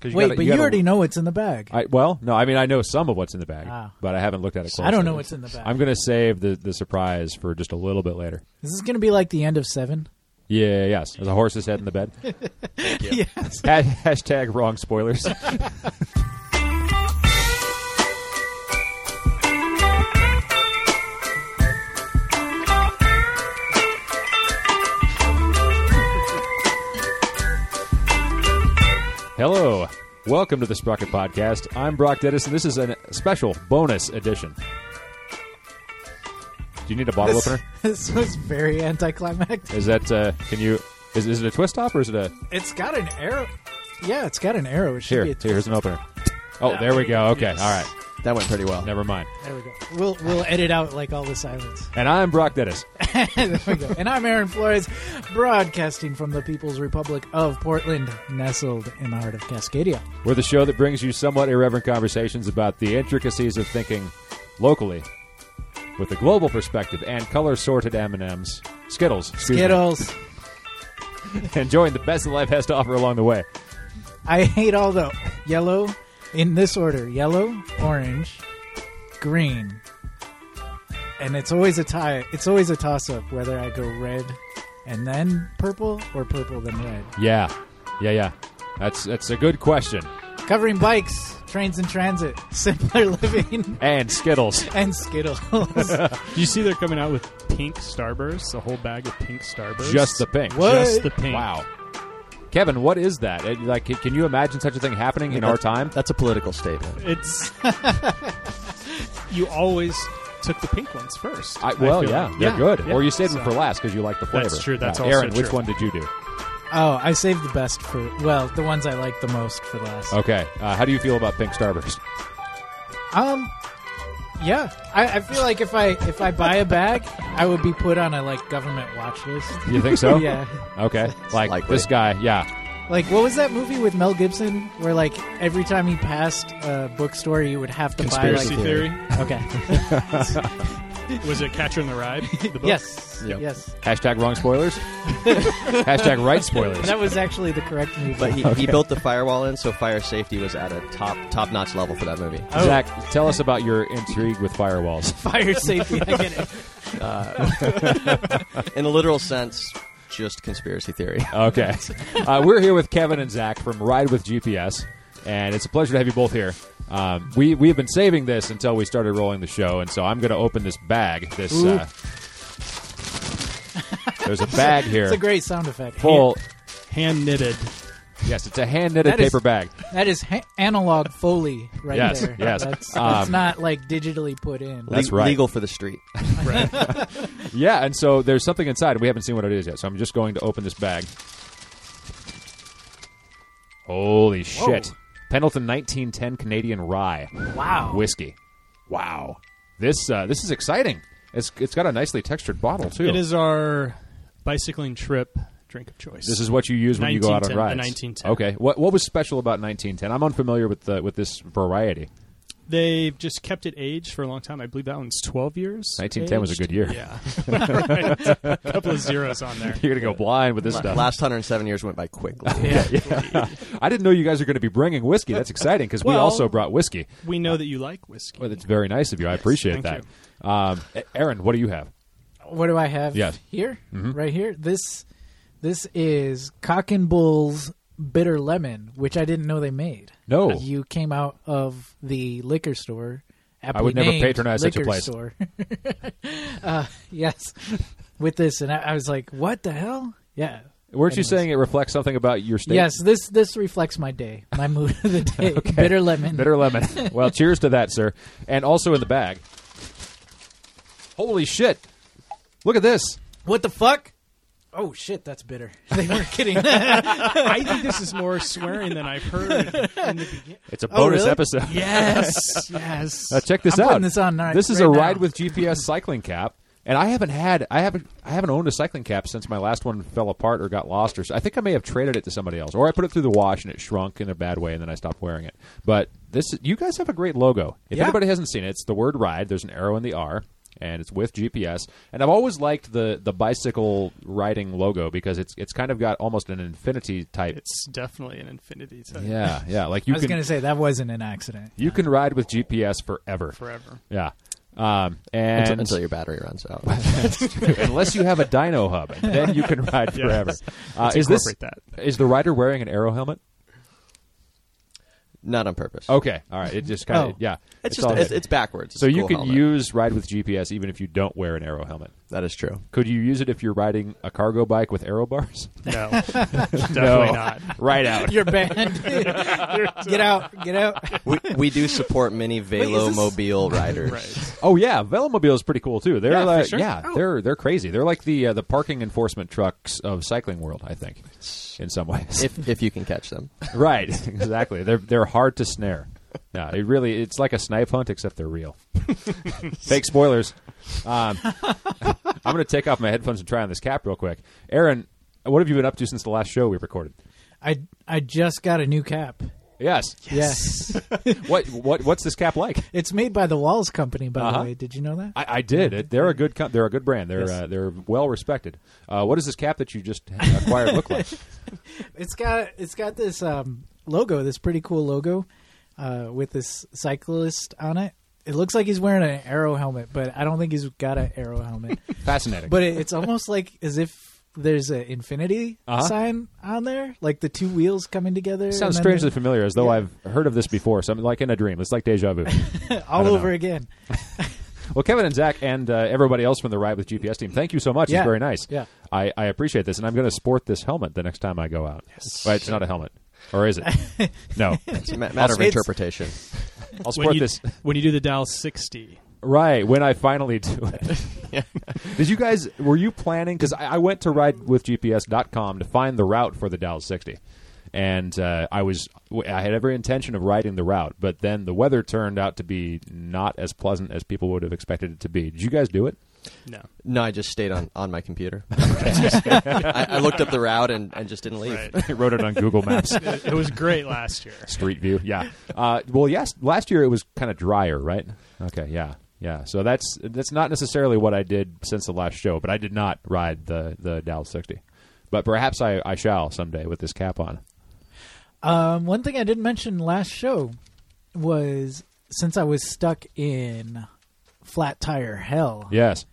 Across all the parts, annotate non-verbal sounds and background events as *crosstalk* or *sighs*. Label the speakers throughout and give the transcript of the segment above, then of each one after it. Speaker 1: 'Cause
Speaker 2: Wait,
Speaker 1: gotta-
Speaker 2: but you,
Speaker 1: gotta-
Speaker 2: already know what's in the bag.
Speaker 1: I, well, no, I mean I know some of what's in the bag,
Speaker 2: Ah.
Speaker 1: but I haven't looked at it closely.
Speaker 2: I don't know what's in the bag.
Speaker 1: I'm going to save the, the surprise for just a little bit later.
Speaker 2: This is going to be like the end of seven.
Speaker 1: Yeah, yes. There's a horse's head in the bed.
Speaker 2: Yes.
Speaker 1: Ha- Hashtag wrong spoilers. Hello. Welcome to the Sprocket Podcast. I'm Brock Dennison. This is a special bonus edition. Do you need a bottle
Speaker 2: This,
Speaker 1: opener?
Speaker 2: *laughs* this was very anticlimactic.
Speaker 1: Is that, uh, can you, is, is it a twist top or is it a,
Speaker 2: It's got an arrow. Yeah, it's got an arrow. It should
Speaker 1: Here,
Speaker 2: be a
Speaker 1: here,
Speaker 2: twist.
Speaker 1: here's an opener. Oh, there we go. Okay, all right.
Speaker 3: That went pretty well.
Speaker 1: Never mind.
Speaker 2: There we go. We'll we'll edit out like all the silence. *laughs*
Speaker 1: And I'm Brock Dennis.
Speaker 2: there we go. And I'm Aaron Flores, broadcasting from the People's Republic of Portland, nestled in the heart of Cascadia.
Speaker 1: We're the show that brings you somewhat irreverent conversations about the intricacies of thinking locally with a global perspective and color sorted M&Ms, Skittles, excuse me,
Speaker 2: Skittles.
Speaker 1: *laughs* enjoying the best that life has to offer along the way.
Speaker 2: I hate all the yellow in this order: yellow, orange, green, and it's always a tie. It's always a toss-up whether I go red and then purple or purple then red.
Speaker 1: Yeah. Yeah, yeah. That's that's a good question.
Speaker 2: Covering bikes, trains in transit, *laughs* simpler living,
Speaker 1: And Skittles.
Speaker 2: and Skittles.
Speaker 4: Do you see they're coming out with pink Starbursts? A whole bag of pink Starbursts?
Speaker 1: Just the pink.
Speaker 2: What?
Speaker 4: Just the pink.
Speaker 1: Wow. Kevin, what is that? It- like can you imagine such a thing happening in our time?
Speaker 3: That's a political statement.
Speaker 4: It's. *laughs* you always took the pink ones first.
Speaker 1: I, well,
Speaker 4: feel
Speaker 1: yeah,
Speaker 4: like.
Speaker 1: they're good.
Speaker 4: yeah.
Speaker 1: Or you saved them
Speaker 4: So-
Speaker 1: for last because you like the flavor.
Speaker 4: That's true, that's
Speaker 1: yeah.
Speaker 4: also
Speaker 1: Aaron, which
Speaker 4: true.
Speaker 1: one did you do?
Speaker 2: oh, I saved the best for well, the ones I like the most for last.
Speaker 1: Okay. Uh, how do you feel about Pink Starburst?
Speaker 2: Um, yeah, I, I feel like if I if I buy a bag, I would be put on a like government watch list.
Speaker 1: You think so?
Speaker 2: *laughs* Yeah.
Speaker 1: Okay. Like
Speaker 3: Likely.
Speaker 1: this guy. Yeah.
Speaker 2: Like, what was that movie with Mel Gibson where, like, every time he passed a bookstore, you would have to
Speaker 4: Conspiracy
Speaker 2: buy,
Speaker 4: theory.
Speaker 2: like,
Speaker 3: *laughs*
Speaker 2: okay.
Speaker 4: Was it Catcher in the Rye? The book?
Speaker 2: *laughs* yes.
Speaker 3: Yep.
Speaker 2: Yes.
Speaker 1: Hashtag wrong
Speaker 2: *laughs*
Speaker 1: spoilers. Hashtag right spoilers.
Speaker 2: That was actually the correct movie.
Speaker 3: *laughs* But he, he built the firewall in, so fire safety was at a top top notch level for that movie.
Speaker 2: Oh.
Speaker 1: Zach, tell us about your intrigue with firewalls.
Speaker 2: *laughs*
Speaker 1: *laughs*
Speaker 2: Fire safety. I get
Speaker 3: *laughs*
Speaker 2: it.
Speaker 3: In a literal sense, just conspiracy theory.
Speaker 1: Okay. Uh, we're here with Kevin and Zach from Ride with GPS, and it's a pleasure to have you both here. Um, we we have been saving this until we started rolling the show, and so I'm going to open this bag. This uh, there's a
Speaker 2: *laughs*
Speaker 1: bag here
Speaker 2: It's a great sound effect.
Speaker 1: full.
Speaker 4: Hand knitted.
Speaker 1: Yes, it's a hand knitted
Speaker 2: That is-
Speaker 1: paper bag.
Speaker 2: That is ha- analog Foley right
Speaker 1: Yes,
Speaker 2: there.
Speaker 1: yes.
Speaker 2: That's,
Speaker 1: Um,
Speaker 2: that's not, like, digitally put in.
Speaker 3: *laughs*
Speaker 1: That's right.
Speaker 3: Legal for the street.
Speaker 1: Yeah, and so there's something inside, and we haven't seen what it is yet. So I'm just going to open this bag. Holy shit! Pendleton 1910 Canadian Rye.
Speaker 2: Wow.
Speaker 1: whiskey. Wow, this uh, this is exciting. It's it's got a nicely textured bottle too.
Speaker 4: It is our bicycling trip drink of choice.
Speaker 1: This is what you use when you go out on
Speaker 4: 1910,
Speaker 1: rides.
Speaker 4: the 1910.
Speaker 1: Okay. What what was special about 1910? I'm unfamiliar with the, with this variety.
Speaker 4: They've just kept it aged for a long time. I believe that one's 12 years.
Speaker 1: 1910 was a
Speaker 4: aged.
Speaker 1: good year.
Speaker 4: Yeah. *laughs* Right. A couple of zeros on there.
Speaker 1: *laughs* You're gonna go blind with this
Speaker 3: La-
Speaker 1: stuff.
Speaker 3: Last 107 years went by quickly.
Speaker 4: Yeah.
Speaker 1: I didn't know you guys are going to be bringing whiskey. That's exciting because we
Speaker 4: Well-
Speaker 1: also brought whiskey.
Speaker 4: We know that you like whiskey.
Speaker 1: Well, that's very nice of you. I appreciate
Speaker 4: thank
Speaker 1: that. Um, Aaron, what do you have?
Speaker 2: What do I have
Speaker 1: Yes. Mm-hmm.
Speaker 2: here? Right here. This this is Cock and Bull's Bitter Lemon, which I didn't know they made.
Speaker 1: No.
Speaker 2: You came out of the liquor store. aptly
Speaker 1: would never
Speaker 2: named
Speaker 1: patronize such a
Speaker 2: liquor
Speaker 1: place.
Speaker 2: Store. *laughs* uh, yes. *laughs* With this and I, I was like, "What the hell?" Yeah.
Speaker 1: Weren't you
Speaker 2: Anyways.
Speaker 1: saying it reflects something about your state?
Speaker 2: Yes, this this reflects my day, my mood of the day.
Speaker 1: *laughs*
Speaker 2: Bitter lemon.
Speaker 1: Bitter lemon.
Speaker 2: *laughs*
Speaker 1: well, cheers to that, sir. And also in the bag. Holy shit. Look at this.
Speaker 2: What the fuck? Oh shit, that's bitter. *laughs* They weren't kidding.
Speaker 4: I think this is more swearing than I've heard in the beginning.
Speaker 1: It's a bonus
Speaker 2: Oh, really?
Speaker 1: episode.
Speaker 2: yes. Yes.
Speaker 1: Uh, check this
Speaker 2: I'm
Speaker 1: out.
Speaker 2: putting this on right-
Speaker 1: This is
Speaker 2: right
Speaker 1: a
Speaker 2: now.
Speaker 1: ride with GPS cycling cap. And I haven't had I haven't I haven't owned a cycling cap since my last one fell apart or got lost or so. I think I may have traded it to somebody else or I put it through the wash and it shrunk in a bad way and then I stopped wearing it. But this you guys have a great logo. If
Speaker 2: Yeah.
Speaker 1: anybody hasn't seen it, it's the word ride. There's an arrow in the R. and it's with GPS. And I've always liked the the bicycle riding logo because it's it's kind of got almost an infinity type.
Speaker 4: It's definitely an infinity type.
Speaker 1: yeah, yeah. Like you
Speaker 2: I was
Speaker 1: can
Speaker 2: going to say that wasn't an accident.
Speaker 1: you can ride with GPS forever. *laughs*
Speaker 4: Forever.
Speaker 1: Yeah. Um, and
Speaker 3: Until, until your battery runs
Speaker 1: *laughs*
Speaker 3: out.
Speaker 1: unless you have a dyno hub, and then you can ride
Speaker 4: Yes.
Speaker 1: forever. Uh,
Speaker 4: Let's
Speaker 1: is this
Speaker 4: incorporate that.
Speaker 1: is the rider wearing an arrow helmet?
Speaker 3: Not on purpose.
Speaker 1: Okay, all right. It just kind of
Speaker 2: Oh.
Speaker 1: yeah.
Speaker 3: it's,
Speaker 1: all
Speaker 3: just it's,
Speaker 1: good.
Speaker 3: it's backwards. It's
Speaker 1: so
Speaker 3: a
Speaker 1: you
Speaker 3: cool
Speaker 1: could
Speaker 3: helmet.
Speaker 1: use ride with GPS even if you don't wear an arrow helmet.
Speaker 3: that
Speaker 1: *laughs*
Speaker 3: is true.
Speaker 1: Could you use it if you're riding a cargo bike with arrow bars?
Speaker 4: No,
Speaker 1: *laughs*
Speaker 4: *laughs* definitely not.
Speaker 1: right
Speaker 2: *laughs*
Speaker 1: out.
Speaker 2: *laughs* You're banned. get out. Get out.
Speaker 3: we, we do support many
Speaker 2: this-
Speaker 3: Velomobile
Speaker 1: *laughs*
Speaker 3: riders.
Speaker 4: Right.
Speaker 1: Oh yeah, Velomobile is pretty cool too. They're
Speaker 4: Yeah, for
Speaker 1: like
Speaker 4: sure.
Speaker 1: yeah,
Speaker 4: Oh.
Speaker 1: they're they're crazy. They're like the uh, the parking enforcement trucks of cycling world, I think, in some ways.
Speaker 3: If if you can catch them,
Speaker 1: right, *laughs* exactly. They're they're hard to snare. No, it really it's like a snipe hunt except they're real. *laughs* Fake spoilers. Um, *laughs* I'm going to take off my headphones and try on this cap real quick. Aaron, what have you been up to since the last show we recorded?
Speaker 2: I I just got a new cap.
Speaker 1: Yes.
Speaker 2: Yes.
Speaker 1: what what what's this cap like?
Speaker 2: it's made by the Walls Company, by
Speaker 1: Uh-huh.
Speaker 2: the way. Did you know that?
Speaker 1: I, I did. It, they're a good. Com- they're a good brand. They're uh, they're well respected. Uh, what does this cap that you just acquired look like?
Speaker 2: It's got it's got this um, logo, this pretty cool logo, uh, with this cyclist on it. It looks like he's wearing an arrow helmet, but I don't think he's got an arrow *laughs* helmet.
Speaker 1: Fascinating.
Speaker 2: but it, it's almost like as if there's an infinity
Speaker 1: Uh-huh.
Speaker 2: sign on there, like the two wheels coming together.
Speaker 1: It sounds
Speaker 2: and then
Speaker 1: strangely familiar, as though I've heard of this before. Something like in a dream. It's like deja vu.
Speaker 2: they're *laughs* all
Speaker 1: don't know.
Speaker 2: over again.
Speaker 1: well, Kevin and Zach and uh, everybody else from the Ride with GPS team, thank you so much.
Speaker 2: Yeah.
Speaker 1: It's very nice.
Speaker 2: Yeah.
Speaker 1: I, I appreciate this, and I'm going to sport this helmet the next time I go out. Right, it's not a helmet, or is
Speaker 2: *laughs*
Speaker 1: it? no,
Speaker 3: it's a ma- matter of
Speaker 2: It's-
Speaker 3: interpretation.
Speaker 1: I'll sport
Speaker 4: When you,
Speaker 1: this.
Speaker 4: when you do the dial 60,
Speaker 1: Right when I finally do it. *laughs* Did you guys? Were you planning? Because I, I went to ridewithgps.com to find the route for the Dallas 60, and uh, I was I had every intention of riding the route, but then the weather turned out to be not as pleasant as people would have expected it to be. Did you guys do it?
Speaker 4: no.
Speaker 3: No, I just stayed on, on
Speaker 2: *laughs*
Speaker 3: my computer. I, I looked up the route and, and just didn't leave.
Speaker 4: Right.
Speaker 1: *laughs* I wrote it on Google Maps.
Speaker 4: It, it was great last year.
Speaker 1: Street View, yeah. *laughs* Uh, well, yes. Last year it was kind of drier, right? Okay, yeah, yeah. So that's that's not necessarily what I did since the last show, but I did not ride the the Dallas 60. But perhaps I, I shall someday with this cap on.
Speaker 2: Um, one thing I didn't mention last show was since I was stuck in flat tire hell,
Speaker 1: Yes.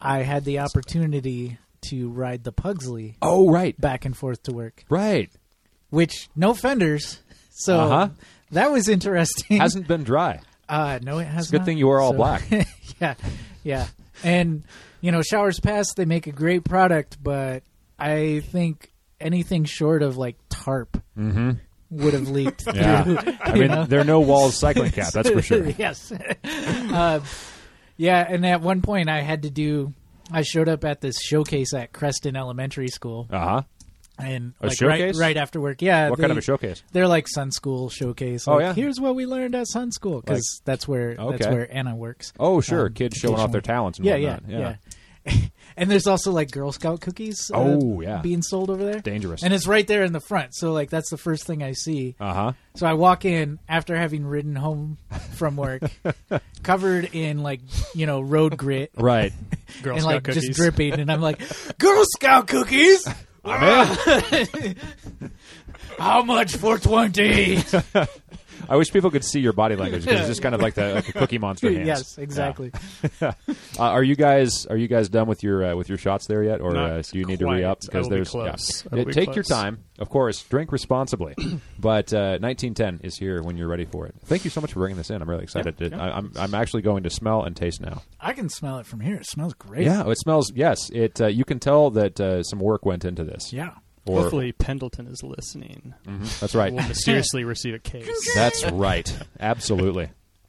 Speaker 2: I had the opportunity to ride the Pugsley
Speaker 1: Oh, right,
Speaker 2: back and forth to work,
Speaker 1: right.
Speaker 2: which no fenders. *laughs* So
Speaker 1: Uh-huh.
Speaker 2: that was interesting.
Speaker 1: Hasn't been dry.
Speaker 2: *laughs* uh, no, it has.
Speaker 1: It's a good
Speaker 2: not.
Speaker 1: thing you were all
Speaker 2: So-
Speaker 1: black.
Speaker 2: *laughs* yeah, yeah. And you know, showers pass. They make a great product, but I think anything short of like tarp would have leaked. through,
Speaker 1: Mm-hmm. *laughs*
Speaker 2: *laughs*
Speaker 1: Yeah. I
Speaker 2: you
Speaker 1: mean,
Speaker 2: know?
Speaker 1: there are no walls cycling cap. That's for
Speaker 2: *laughs*
Speaker 1: sure.
Speaker 2: yes. uh, yeah, and at one point I had to do. I showed up at this showcase at Creston Elementary School,
Speaker 1: Uh huh.
Speaker 2: and
Speaker 1: a
Speaker 2: like
Speaker 1: showcase?
Speaker 2: right right after work. Yeah,
Speaker 1: What
Speaker 2: they-
Speaker 1: kind of a showcase?
Speaker 2: They're like Sun School showcase.
Speaker 1: Oh,
Speaker 2: Like,
Speaker 1: yeah?
Speaker 2: here's what we learned at Sun School because that's where that's
Speaker 1: okay.
Speaker 2: where Anna works.
Speaker 1: Oh, sure.
Speaker 2: Um,
Speaker 1: Kids showing off their
Speaker 2: occasionally.
Speaker 1: talents. And
Speaker 2: Yeah, yeah,
Speaker 1: whatnot.
Speaker 2: yeah, *laughs* and there's also like Girl Scout cookies. uh,
Speaker 1: Oh, yeah.
Speaker 2: being sold over there.
Speaker 1: Dangerous.
Speaker 2: And it's right there in the front, so like that's the first thing I see.
Speaker 1: Uh huh.
Speaker 2: So I walk in after having ridden home
Speaker 1: *laughs*
Speaker 2: from work, covered in like you know road grit
Speaker 1: Right.
Speaker 4: Girl
Speaker 2: and
Speaker 4: Scout
Speaker 2: like
Speaker 4: cookies.
Speaker 2: just dripping, and I'm like, Girl Scout cookies.
Speaker 1: *laughs* I'm in.
Speaker 2: *laughs* How much for twenty?
Speaker 1: I wish people could see your body language because it's just kind of like the like the Cookie Monster hands.
Speaker 2: *laughs* yes, exactly.
Speaker 1: Yeah. Uh, are you guys are you guys done with your uh, with your shots there yet, or
Speaker 4: Not
Speaker 1: uh, do you need to
Speaker 4: quite.
Speaker 1: re up?
Speaker 4: I will be
Speaker 1: there's
Speaker 4: close. I
Speaker 1: Yeah.
Speaker 4: will
Speaker 1: Yeah,
Speaker 4: be
Speaker 1: take your
Speaker 4: close.
Speaker 1: time, of course. Drink
Speaker 4: *coughs*
Speaker 1: responsibly, but uh, 1910 is here when you're ready for it. Thank you so much for bringing this in. I'm really excited. to, I, I'm I'm actually going to smell and taste now.
Speaker 2: I can smell it from here. It smells great.
Speaker 1: Yeah, it smells. Yes, it. Uh, you can tell that uh, some work went into this.
Speaker 2: yeah.
Speaker 1: Or- Mm-hmm.
Speaker 4: Hopefully, Pendleton is listening.
Speaker 1: that's right.
Speaker 4: We'll mysteriously receive a case.
Speaker 1: That's right. Absolutely.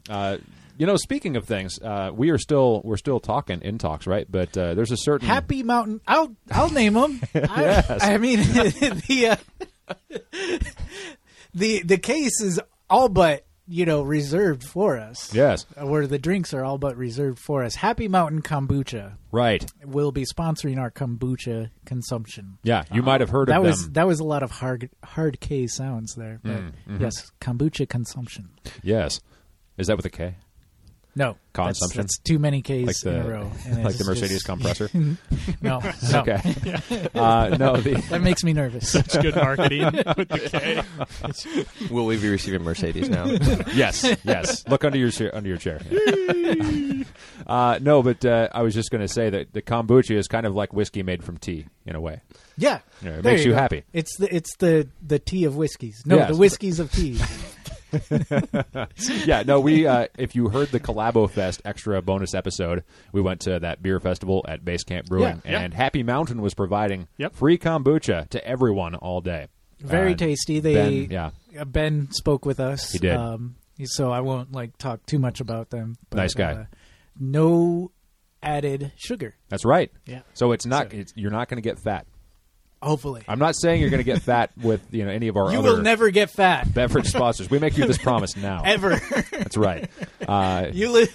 Speaker 1: Uh, you know, speaking of things, uh, we are still we're still talking in talks, right? But uh, there's a certain
Speaker 2: Happy Mountain. I'll I'll
Speaker 1: *laughs*
Speaker 2: name them. I, I mean *laughs* the uh, *laughs* the the case is all but you know reserved for us.
Speaker 1: Yes.
Speaker 2: where the drinks are all but reserved for us. Happy Mountain Kombucha
Speaker 1: right.
Speaker 2: will be sponsoring our kombucha consumption.
Speaker 1: Yeah, you might have heard
Speaker 2: That
Speaker 1: of
Speaker 2: was
Speaker 1: them. Mm,
Speaker 2: that was a lot of hard hard K
Speaker 1: mm-hmm.
Speaker 2: sounds there. But Yes, kombucha consumption.
Speaker 1: Yes. Is that with a K?
Speaker 2: No, that's-
Speaker 1: Consumption?
Speaker 2: That's, too many Ks
Speaker 1: Like the-
Speaker 2: in a row.
Speaker 1: *laughs*
Speaker 2: and
Speaker 1: like
Speaker 2: it's
Speaker 1: the Mercedes
Speaker 2: *laughs* just-
Speaker 1: compressor?
Speaker 2: no, no.
Speaker 1: *laughs* Okay.
Speaker 2: *laughs*
Speaker 1: uh, no, the,
Speaker 2: That makes me
Speaker 4: *laughs*
Speaker 2: nervous.
Speaker 4: It's
Speaker 2: *laughs*
Speaker 4: good marketing with the K.
Speaker 3: *laughs* Will we be receiving
Speaker 2: *laughs*
Speaker 3: Mercedes now?
Speaker 1: yes, yes. Look under your chair, under your chair.
Speaker 2: *laughs*
Speaker 1: uh, no, but uh, I was just going to say that the kombucha is kind of like whiskey made from tea in a way.
Speaker 2: Yeah,
Speaker 1: You know, it
Speaker 2: There
Speaker 1: makes you
Speaker 2: go.
Speaker 1: happy.
Speaker 2: It's the it's the the tea of whiskeys. No,
Speaker 1: Yes.
Speaker 2: the whiskeys of tea.
Speaker 1: Yeah, no, we uh, if you heard the Collabo Fest extra bonus episode, we went to that beer festival at Base Camp Brewing,
Speaker 4: Yeah, yeah.
Speaker 1: and Happy Mountain was providing
Speaker 4: Yep.
Speaker 1: free kombucha to everyone all day.
Speaker 2: Very
Speaker 1: And
Speaker 2: tasty. They
Speaker 1: Ben, yeah,
Speaker 2: uh, Ben spoke with us.
Speaker 1: He did.
Speaker 2: Um, so I won't like talk too much about them. But,
Speaker 1: Nice guy.
Speaker 2: uh, no added sugar.
Speaker 1: that's right.
Speaker 4: Yeah.
Speaker 1: So it's not it's, you're not going to get fat.
Speaker 2: Hopefully,
Speaker 1: I'm not saying you're going to get fat with you know any of our
Speaker 2: you
Speaker 1: other
Speaker 2: will never get fat
Speaker 1: beverage sponsors. We make you this promise now.
Speaker 2: *laughs*
Speaker 1: *laughs*
Speaker 2: ever.
Speaker 1: That's right. Uh,
Speaker 2: you li-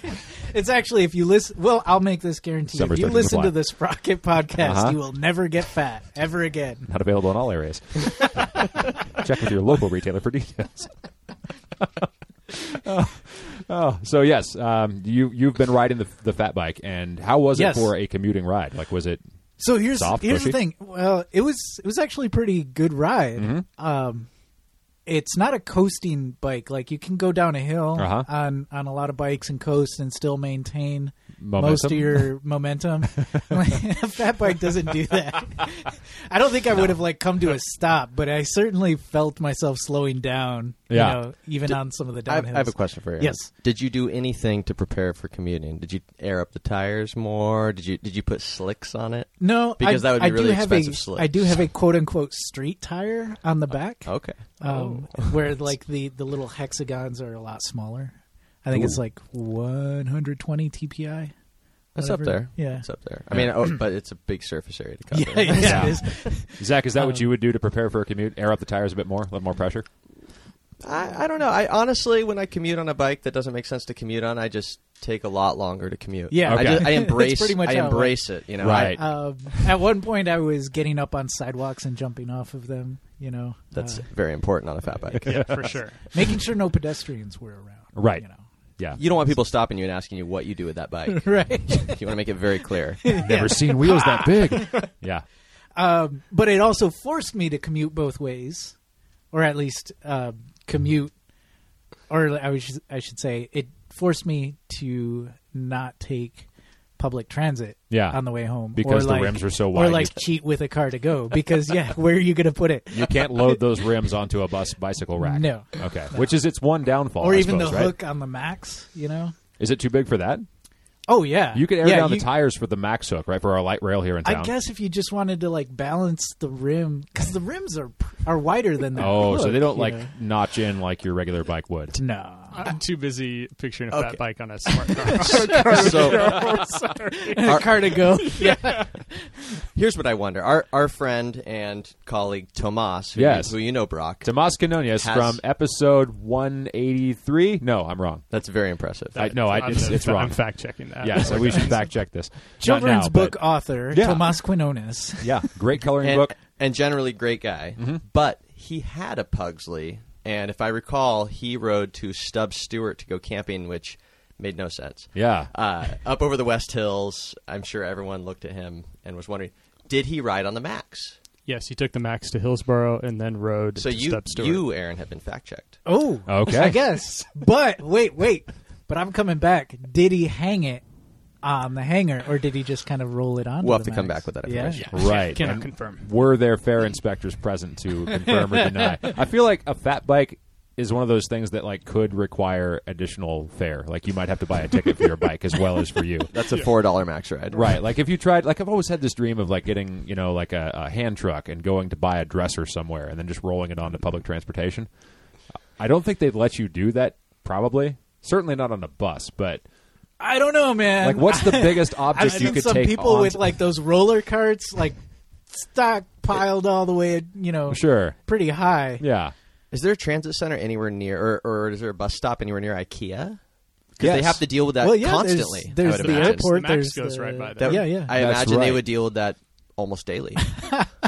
Speaker 2: It's actually if you listen. Well, I'll make this guarantee.
Speaker 1: December
Speaker 2: if you
Speaker 1: 13th
Speaker 2: listen
Speaker 1: apply.
Speaker 2: to the Sprocket podcast,
Speaker 1: Uh-huh.
Speaker 2: you will never get fat ever again.
Speaker 1: not available in all
Speaker 2: *laughs*
Speaker 1: areas. Check with your local retailer for
Speaker 2: *laughs*
Speaker 1: details. oh, so yes, um, you you've been riding the, the fat bike, and how was
Speaker 2: Yes.
Speaker 1: it for a commuting ride? Like, was it?
Speaker 2: So here's
Speaker 1: Soft,
Speaker 2: here's
Speaker 1: mushy?
Speaker 2: the thing. Well, it was it was actually a pretty good ride.
Speaker 1: Mm-hmm.
Speaker 2: Um, it's not a coasting bike. Like you can go down a hill
Speaker 1: Uh-huh.
Speaker 2: on on a lot of bikes and coast and still maintain most of
Speaker 1: Momentum?
Speaker 2: your *laughs* momentum. a fat bike doesn't do that. *laughs* I don't think I would have like come to a stop, but I certainly felt myself slowing down.
Speaker 1: Yeah.
Speaker 2: You know, even on some of the
Speaker 3: I have,
Speaker 2: downhills.
Speaker 3: I have a question for you.
Speaker 2: Yes.
Speaker 3: Did you do anything to prepare for commuting? Did you air up the tires more? Did you did you put slicks on it?
Speaker 2: No,
Speaker 3: Because
Speaker 2: I,
Speaker 3: that would be
Speaker 2: I do
Speaker 3: really
Speaker 2: have
Speaker 3: expensive
Speaker 2: A,
Speaker 3: slick.
Speaker 2: I do have a quote unquote street tire on the back.
Speaker 3: Okay.
Speaker 2: um,
Speaker 1: Oh.
Speaker 2: *laughs*
Speaker 1: *laughs*
Speaker 2: where like the the little hexagons are a lot smaller. I think it's like 120 TPI.
Speaker 3: That's
Speaker 2: Whatever.
Speaker 3: up there.
Speaker 2: Yeah.
Speaker 3: It's up there. I mean, oh, but it's a big surface area to cover.
Speaker 2: Yeah, yes,
Speaker 1: Yeah.
Speaker 2: it is.
Speaker 1: Zach, is that
Speaker 2: Um,
Speaker 1: what you would do to prepare for a commute? Air up the tires a bit more, a little more pressure.
Speaker 3: *laughs* I, I don't know. I honestly, when I commute on a bike that doesn't make sense to commute on, I just take a lot longer to commute.
Speaker 2: Yeah.
Speaker 1: Okay.
Speaker 2: *laughs*
Speaker 3: I, just, I
Speaker 2: That's
Speaker 3: embrace.
Speaker 2: pretty much
Speaker 3: I
Speaker 2: how it
Speaker 3: embrace it. You know,
Speaker 1: Right.
Speaker 3: I-
Speaker 2: Um, at one point, I was getting up on sidewalks and jumping off of them. You know,
Speaker 3: that's
Speaker 2: uh,
Speaker 3: very important on a fat bike.
Speaker 4: Yeah, for sure.
Speaker 2: making sure no pedestrians were around.
Speaker 1: Right.
Speaker 2: You know, *laughs*
Speaker 1: Yeah,
Speaker 3: You don't want people stopping you and asking you what you do with that bike.
Speaker 2: right.
Speaker 3: you want to make it very clear.
Speaker 1: never seen wheels that
Speaker 2: *laughs*
Speaker 1: big. Yeah,
Speaker 2: um, but it also forced me to commute both ways, or at least uh, commute, or I should I should say it forced me to not take public transit
Speaker 1: Yeah.
Speaker 2: on the way home
Speaker 1: Because
Speaker 2: or
Speaker 1: the
Speaker 2: like-
Speaker 1: rims are so
Speaker 2: or
Speaker 1: wide,
Speaker 2: like
Speaker 1: you-
Speaker 2: cheat with a car to go because yeah *laughs* where are you going to put it
Speaker 1: you can't load those rims onto a bus bicycle rack.
Speaker 2: No.
Speaker 1: okay, which is its one downfall.
Speaker 2: or
Speaker 1: I
Speaker 2: even
Speaker 1: suppose,
Speaker 2: the
Speaker 1: right?
Speaker 2: hook on the max you know
Speaker 1: Is it too big for that?
Speaker 2: oh yeah
Speaker 1: You could air
Speaker 2: Yeah,
Speaker 1: down
Speaker 2: you-
Speaker 1: the tires for the max hook, right? For our light rail here in town.
Speaker 2: I guess if you just wanted to like balance the rim because the rims are are wider *laughs* than the
Speaker 1: Oh, so
Speaker 2: hook,
Speaker 1: they don't
Speaker 2: you
Speaker 1: like
Speaker 2: know.
Speaker 1: notch in like your regular bike would.
Speaker 2: no
Speaker 4: I'm too busy picturing a
Speaker 3: Okay.
Speaker 4: fat bike on a
Speaker 1: *laughs*
Speaker 4: smart car.
Speaker 3: so
Speaker 2: *laughs* a car to
Speaker 3: *laughs*
Speaker 2: go
Speaker 3: here's what I wonder: our our friend and colleague Tomas, who,
Speaker 1: Yes.
Speaker 3: you, who you know, Brock.
Speaker 1: Tomas Canonias
Speaker 3: Has-
Speaker 1: from episode 183. No, I'm wrong.
Speaker 3: that's very impressive.
Speaker 1: I- no, I-
Speaker 4: I'm
Speaker 1: it's-
Speaker 4: gonna-
Speaker 1: it's wrong.
Speaker 4: I'm fact checking that. *laughs*
Speaker 1: Yeah, so we should fact check this. Not
Speaker 2: children's
Speaker 1: now,
Speaker 2: book
Speaker 1: but-
Speaker 2: author
Speaker 1: Yeah.
Speaker 2: Tomas Quinones.
Speaker 1: *laughs* yeah, great coloring
Speaker 3: and,
Speaker 1: book.
Speaker 3: and generally great guy.
Speaker 1: Mm-hmm.
Speaker 3: But he had a Pugsley, and if I recall, he rode to Stubbs Stewart to go camping, which made no sense.
Speaker 1: Yeah.
Speaker 3: Uh, up over the West Hills, I'm sure everyone looked at him and was wondering, did he ride on the Max?
Speaker 4: Yes, you took the Max to Hillsboro and then rode
Speaker 3: So
Speaker 4: to
Speaker 3: you,
Speaker 4: Stubbs Stewart.
Speaker 3: you, Aaron, have been fact checked.
Speaker 2: Oh,
Speaker 1: Okay.
Speaker 2: *laughs* I guess. But wait, wait. But I'm coming back. Did he hang it on the hanger, or did he just kind of roll it on?
Speaker 3: We'll have to come back with that information.
Speaker 4: yeah,
Speaker 1: Right.
Speaker 4: Cannot
Speaker 1: And
Speaker 4: confirm.
Speaker 1: Were there fair inspectors present to confirm or deny? I feel like a fat bike is one of those things that like could require additional fare. Like you might have to buy a ticket for your bike as well as for you.
Speaker 3: That's a four dollar Max ride,
Speaker 1: Right. Like if you tried, like I've always had this dream of like getting, you know, like a, a hand truck and going to buy a dresser somewhere and then just rolling it onto public transportation. I don't think they'd let you do that. Probably, certainly not on a bus. But
Speaker 2: I don't know, man.
Speaker 1: like, what's the biggest
Speaker 2: *laughs* I've
Speaker 1: object you
Speaker 2: seen
Speaker 1: could
Speaker 2: some
Speaker 1: take?
Speaker 2: people
Speaker 1: on-
Speaker 2: with like those roller carts, like stockpiled all the way, you know,
Speaker 1: sure,
Speaker 2: pretty high.
Speaker 1: yeah,
Speaker 3: Is there a transit center anywhere near, or, or is there a bus stop anywhere near IKEA? Because they
Speaker 1: Yes.
Speaker 3: have to deal with that
Speaker 2: Well, yeah, there's-
Speaker 3: constantly. I
Speaker 2: there's
Speaker 3: would
Speaker 2: the
Speaker 3: imagine.
Speaker 2: airport,
Speaker 4: The Max
Speaker 2: there's
Speaker 4: goes
Speaker 2: the-
Speaker 4: right by there.
Speaker 3: That-
Speaker 2: Yeah, yeah.
Speaker 3: I
Speaker 1: That's
Speaker 3: imagine
Speaker 1: right.
Speaker 2: *laughs*
Speaker 3: they would deal with that almost daily.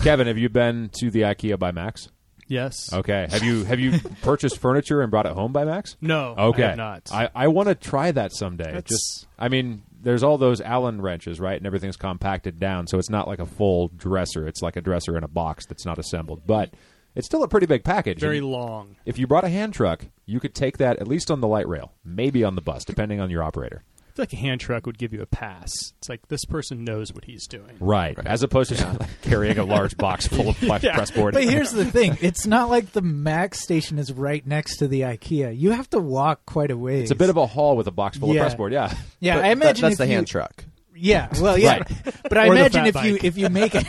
Speaker 1: Kevin, have you been to the IKEA by Max?
Speaker 4: Yes.
Speaker 1: Okay. Have you have you purchased furniture and brought it home by Max?
Speaker 4: No.
Speaker 1: Okay.
Speaker 4: Oh, I have not.
Speaker 1: I, I want to try that someday.
Speaker 4: That's-
Speaker 1: Just I mean, there's all those Allen wrenches, right? And everything's compacted down, so it's not like a full dresser. It's like a dresser in a box that's not assembled, but it's still a pretty big package.
Speaker 4: Very
Speaker 1: And
Speaker 4: long.
Speaker 1: if you brought a hand truck, you could take that at least on the light rail, maybe on the bus, depending on your operator.
Speaker 4: I feel like a hand truck would give you a pass. It's like this person knows what he's doing.
Speaker 1: Right. As opposed to *laughs* carrying a large
Speaker 4: *laughs*
Speaker 1: box full of
Speaker 4: Yeah.
Speaker 1: pressboard.
Speaker 2: But here's the thing: it's not like the Mac station is right next to the IKEA. You have to walk quite a
Speaker 1: *laughs*
Speaker 2: ways.
Speaker 1: it's a bit of a haul with a box full
Speaker 2: Yeah.
Speaker 1: of pressboard.
Speaker 4: *laughs*
Speaker 1: Yeah.
Speaker 2: yeah.
Speaker 3: But
Speaker 2: I
Speaker 3: that-
Speaker 2: imagine
Speaker 3: that's
Speaker 2: if
Speaker 3: the
Speaker 2: you, *laughs*
Speaker 3: hand truck.
Speaker 2: Yeah, well, yeah.
Speaker 1: Right.
Speaker 2: *laughs* But I
Speaker 4: Or the
Speaker 2: imagine if
Speaker 4: fat
Speaker 2: you
Speaker 4: bike.
Speaker 2: if you make it